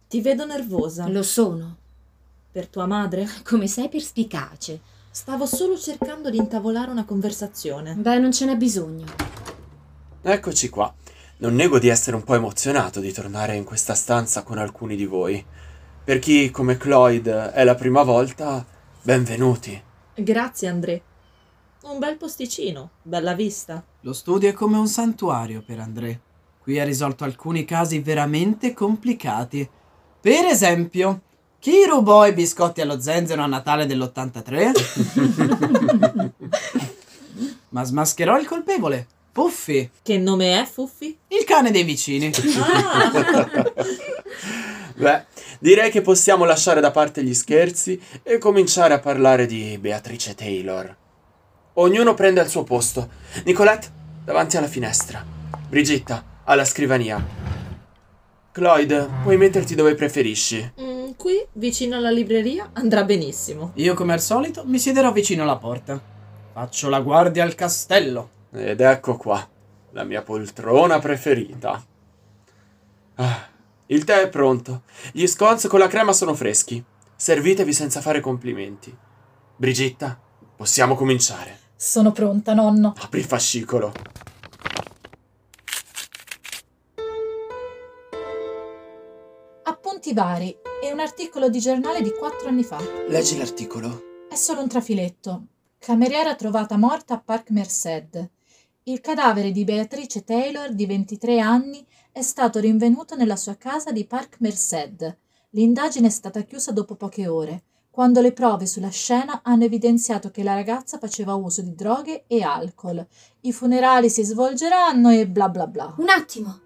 Speaker 5: Ti vedo nervosa.
Speaker 20: Lo sono.
Speaker 5: Per tua madre?
Speaker 20: Come sei perspicace.
Speaker 5: Stavo solo cercando di intavolare una conversazione.
Speaker 20: Beh, non ce n'è bisogno.
Speaker 2: Eccoci qua. Non nego di essere un po' emozionato di tornare in questa stanza con alcuni di voi. Per chi, come Cloyd, è la prima volta, benvenuti.
Speaker 5: Grazie, André. Un bel posticino, bella vista.
Speaker 1: Lo studio è come un santuario per André. Qui ha risolto alcuni casi veramente complicati. Per esempio,
Speaker 21: Chi rubò i biscotti allo zenzero a Natale dell'83?
Speaker 1: Ma smascherò il colpevole. Puffi.
Speaker 5: Che nome è Fuffi? Ah.
Speaker 1: Il cane dei vicini.
Speaker 2: Beh, direi che possiamo lasciare da parte gli scherzi e cominciare a parlare di Beatrice Taylor. Ognuno prende il suo posto. Nicolette davanti alla finestra. Brigitta alla scrivania. Cloyd, puoi metterti dove preferisci.
Speaker 5: Mm, qui, vicino alla libreria, andrà benissimo.
Speaker 1: Io, come al solito, mi siederò vicino alla porta. Faccio la guardia al castello.
Speaker 2: Ed ecco qua, la mia poltrona preferita. Ah, il tè è pronto. Gli scones con la crema sono freschi. Servitevi senza fare complimenti. Brigitta, possiamo cominciare.
Speaker 6: Sono pronta, nonno.
Speaker 2: Apri il fascicolo.
Speaker 6: Appunti vari e un articolo di giornale di quattro anni fa.
Speaker 2: Leggi l'articolo.
Speaker 6: È solo un trafiletto. Cameriera trovata morta a Park Merced. Il cadavere di Beatrice Taylor, di 23 anni, è stato rinvenuto nella sua casa di Park Merced. L'indagine è stata chiusa dopo poche ore, quando le prove sulla scena hanno evidenziato che la ragazza faceva uso di droghe e alcol. I funerali si svolgeranno e bla bla bla.
Speaker 8: Un attimo!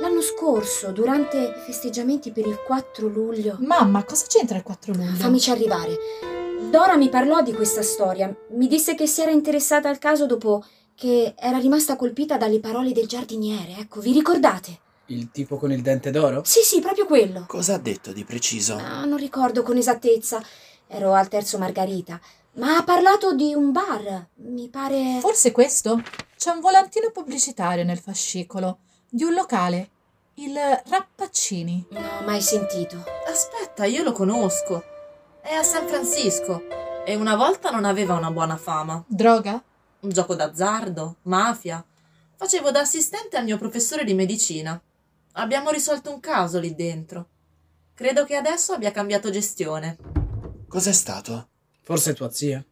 Speaker 8: L'anno scorso, durante i festeggiamenti per il 4 luglio.
Speaker 6: Mamma, cosa c'entra il 4 luglio?
Speaker 8: Fammici arrivare. Dora mi parlò di questa storia. Mi disse che si era interessata al caso dopo che era rimasta colpita dalle parole del giardiniere. Ecco, vi ricordate?
Speaker 1: Il tipo con il dente d'oro?
Speaker 8: Sì, sì, proprio quello.
Speaker 2: Cosa ha detto di preciso?
Speaker 8: Ah, non ricordo con esattezza. Ero al terzo Margarita. Ma ha parlato di un bar, mi pare.
Speaker 6: Forse questo? C'è un volantino pubblicitario nel fascicolo di un locale, il Rappaccini.
Speaker 8: Non ho mai sentito.
Speaker 5: Aspetta, io lo conosco. È a San Francisco e una volta non aveva una buona fama.
Speaker 6: Droga?
Speaker 5: Un gioco d'azzardo, mafia. Facevo da assistente al mio professore di medicina. Abbiamo risolto un caso lì dentro. Credo che adesso abbia cambiato gestione.
Speaker 2: Cos'è stato?
Speaker 1: Forse tua zia.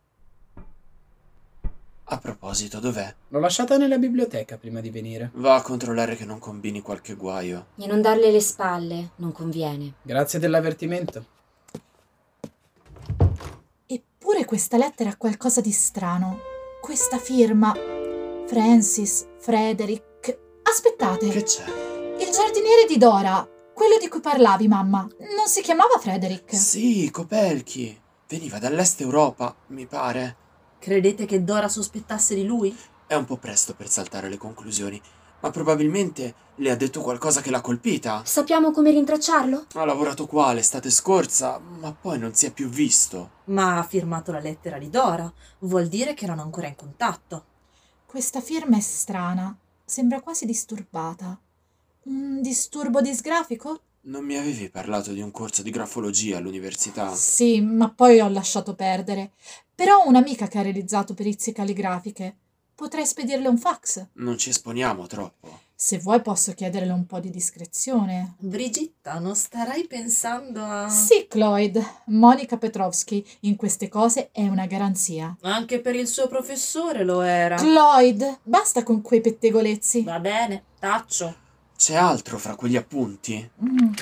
Speaker 2: A proposito, dov'è?
Speaker 1: L'ho lasciata nella biblioteca prima di venire.
Speaker 2: Va a controllare che non combini qualche guaio.
Speaker 8: E non darle le spalle, non conviene.
Speaker 1: Grazie dell'avvertimento.
Speaker 6: Eppure questa lettera ha qualcosa di strano. Questa firma. Francis, Frederick. Aspettate.
Speaker 2: Che c'è?
Speaker 6: Il giardiniere di Dora, quello di cui parlavi, mamma, non si chiamava Frederick.
Speaker 2: Sì, Coperchi. Veniva dall'est Europa, mi pare.
Speaker 5: Credete che Dora sospettasse di lui?
Speaker 2: È un po' presto per saltare le conclusioni, ma probabilmente le ha detto qualcosa che l'ha colpita.
Speaker 8: Sappiamo come rintracciarlo?
Speaker 2: Ha lavorato qua l'estate scorsa, ma poi non si è più visto.
Speaker 5: Ma ha firmato la lettera di Dora. Vuol dire che erano ancora in contatto.
Speaker 6: Questa firma è strana. Sembra quasi disturbata. Un disturbo disgrafico?
Speaker 2: Non mi avevi parlato di un corso di grafologia all'università?
Speaker 6: Sì, ma poi ho lasciato perdere. Però ho un'amica che ha realizzato perizie calligrafiche. Potrei spedirle un fax.
Speaker 2: Non ci esponiamo troppo.
Speaker 6: Se vuoi posso chiederle un po' di discrezione.
Speaker 5: Brigitta, non starai pensando a...
Speaker 6: Sì, Cloyd. Monica Petrovsky in queste cose è una garanzia.
Speaker 5: Anche per il suo professore lo era.
Speaker 6: Cloyd, basta con quei pettegolezzi.
Speaker 5: Va bene, taccio.
Speaker 2: C'è altro fra quegli appunti?
Speaker 6: Mm.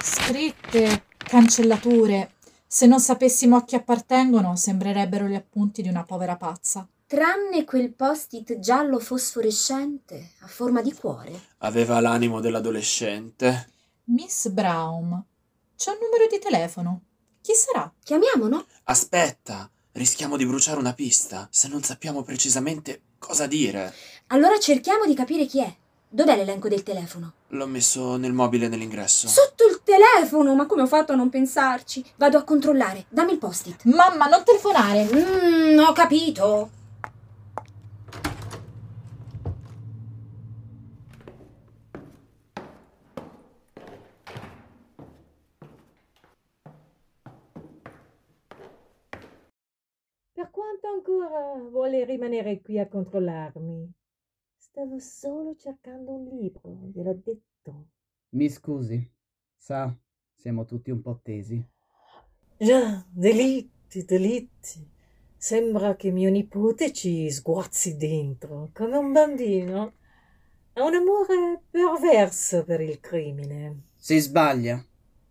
Speaker 6: Scritte, cancellature. Se non sapessimo a chi appartengono, sembrerebbero gli appunti di una povera pazza.
Speaker 8: Tranne quel post-it giallo fosforescente a forma di cuore.
Speaker 2: Aveva l'animo dell'adolescente.
Speaker 6: Miss Brown, c'è un numero di telefono. Chi sarà?
Speaker 8: Chiamiamo, no?
Speaker 2: Aspetta, rischiamo di bruciare una pista se non sappiamo precisamente cosa dire.
Speaker 8: Allora cerchiamo di capire chi è. Dov'è l'elenco del telefono?
Speaker 2: L'ho messo nel mobile nell'ingresso.
Speaker 8: Sotto il telefono? Ma come ho fatto a non pensarci? Vado a controllare. Dammi il post-it.
Speaker 6: Mamma, non telefonare.
Speaker 8: Mmm, ho capito.
Speaker 10: Per quanto ancora vuole rimanere qui a controllarmi? Stavo solo cercando un libro, gliel'ho detto.
Speaker 1: Mi scusi, sa, siamo tutti un po' tesi.
Speaker 10: Già, delitti, delitti. Sembra che mio nipote ci sguazzi dentro, come un bambino. Ha un amore perverso per il crimine.
Speaker 1: Si sbaglia.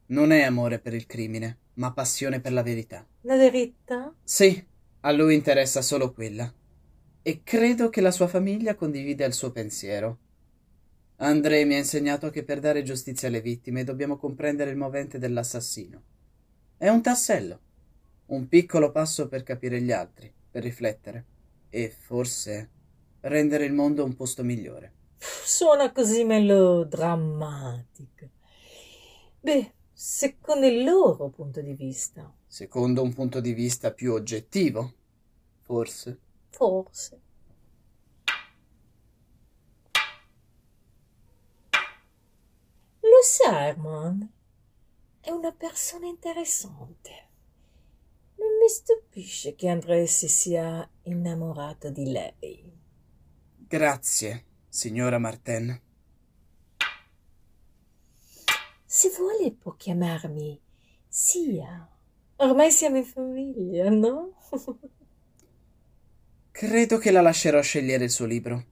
Speaker 1: Non è amore per il crimine, ma passione per la verità.
Speaker 22: La verità?
Speaker 1: Sì, a lui interessa solo quella. E credo che la sua famiglia condivida il suo pensiero. André mi ha insegnato che per dare giustizia alle vittime dobbiamo comprendere il movente dell'assassino. È un tassello, un piccolo passo per capire gli altri, per riflettere e forse rendere il mondo un posto migliore.
Speaker 10: Suona così melodrammatico. Beh, secondo il loro punto di vista,
Speaker 1: Secondo un punto di vista più oggettivo, forse.
Speaker 10: forse. Lo sa, Herman, è una persona interessante. Non mi stupisce che André si sia innamorato di lei.
Speaker 1: Grazie, signora Martin.
Speaker 10: Se vuole può chiamarmi Sia. Ormai siamo in famiglia, no?
Speaker 1: Credo che la lascerò scegliere il suo libro.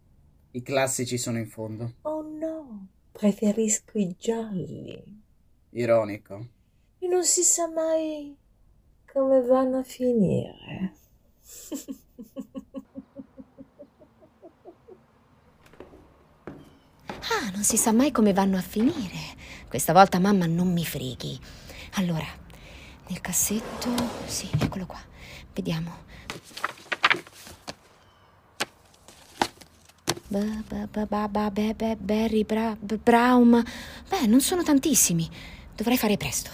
Speaker 1: I classici sono in fondo.
Speaker 10: oh no, preferisco i gialli.
Speaker 1: Ironico.
Speaker 10: E non si sa mai come vanno a finire.
Speaker 8: Ah, non si sa mai come vanno a finire. Questa volta mamma non mi freghi. Allora, nel cassetto... Sì, eccolo qua. Vediamo. Ba, ba, ba, ba, ba, be, be, berry, bra, b- Braum. Beh, non sono tantissimi. Dovrei fare presto.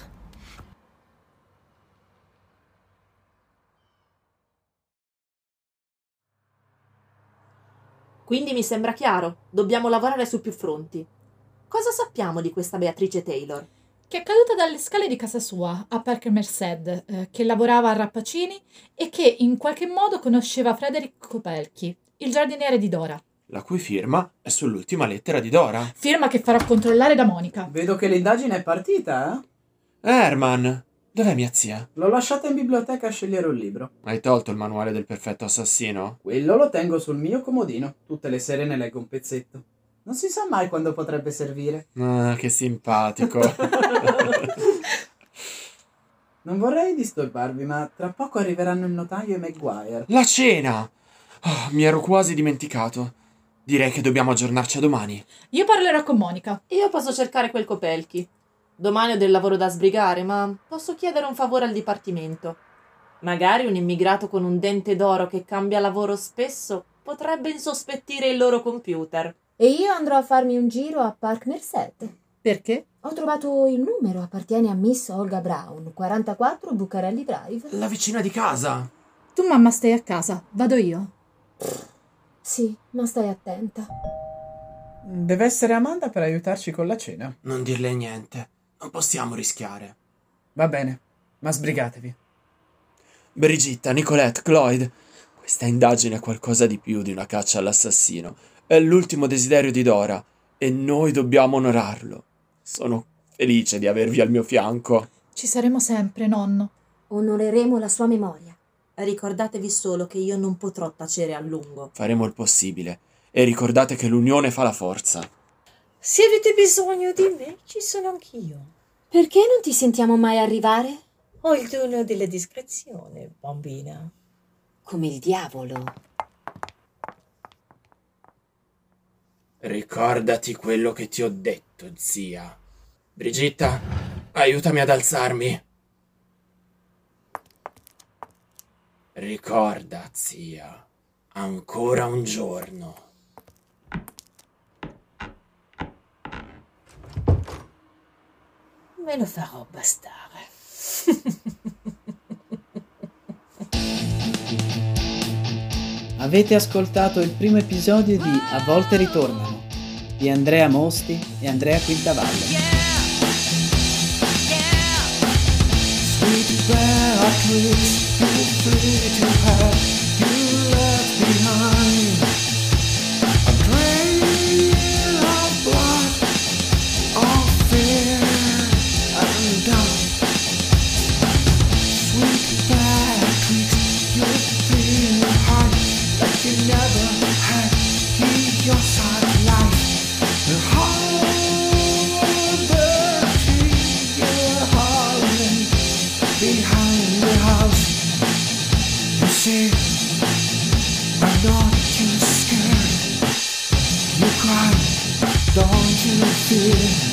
Speaker 5: Quindi mi sembra chiaro, dobbiamo lavorare su più fronti. Cosa sappiamo di questa Beatrice Taylor?
Speaker 6: che è caduta dalle scale di casa sua a Parker Merced, eh, che lavorava a Rappacini e che in qualche modo conosceva Frederick Copelchi, il giardiniere di Dora.
Speaker 2: la cui firma è sull'ultima lettera di Dora.
Speaker 6: Firma che farò controllare da Monica.
Speaker 23: Vedo che l'indagine è partita, eh?
Speaker 2: Herman, dov'è mia zia?
Speaker 23: L'ho lasciata in biblioteca a scegliere un libro.
Speaker 2: Hai tolto il manuale del perfetto assassino?
Speaker 23: Quello lo tengo sul mio comodino. Tutte le sere ne leggo un pezzetto. Non si sa mai quando potrebbe servire.
Speaker 2: Ah, che simpatico.
Speaker 23: Non vorrei disturbarvi, ma tra poco arriveranno il notaio e Maguire.
Speaker 2: La cena! Ah, mi ero quasi dimenticato. Direi che dobbiamo aggiornarci a domani.
Speaker 6: Io parlerò con Monica.
Speaker 5: Io posso cercare quel Copelchi. Domani ho del lavoro da sbrigare, ma posso chiedere un favore al dipartimento. Magari un immigrato con un dente d'oro che cambia lavoro spesso potrebbe insospettire il loro computer.
Speaker 24: E io andrò a farmi un giro a Park Merced.
Speaker 6: Perché?
Speaker 24: Ho trovato il numero, appartiene a Miss Olga Brown, 44 Bucarelli Drive.
Speaker 2: La vicina di casa.
Speaker 6: Tu mamma stai a casa, vado io.
Speaker 24: Sì, ma stai attenta.
Speaker 23: Deve essere Amanda per aiutarci con la cena.
Speaker 2: Non dirle niente. Non possiamo rischiare.
Speaker 23: Va bene, ma sbrigatevi.
Speaker 2: Brigitta, Nicolette, Cloyd. Questa indagine è qualcosa di più di una caccia all'assassino. È l'ultimo desiderio di Dora e noi dobbiamo onorarlo. Sono felice di avervi al mio fianco.
Speaker 6: Ci saremo sempre, nonno.
Speaker 5: Onoreremo la sua memoria. Ricordatevi solo che io non potrò tacere a lungo.
Speaker 2: Faremo il possibile e ricordate che l'unione fa la forza.
Speaker 10: Se avete bisogno di me, ci sono anch'io.
Speaker 25: Perché non ti sentiamo mai arrivare?
Speaker 10: Ho il dono della discrezione, bambina.
Speaker 25: Come il diavolo.
Speaker 26: Ricordati quello che ti ho detto, zia. Brigitta, aiutami ad alzarmi. Ricorda, zia, ancora un giorno.
Speaker 10: Me lo farò bastare.
Speaker 27: Avete ascoltato il primo episodio di A volte ritornano di Andrea Mosti e Andrea Quintavalle.
Speaker 14: Your heart. feel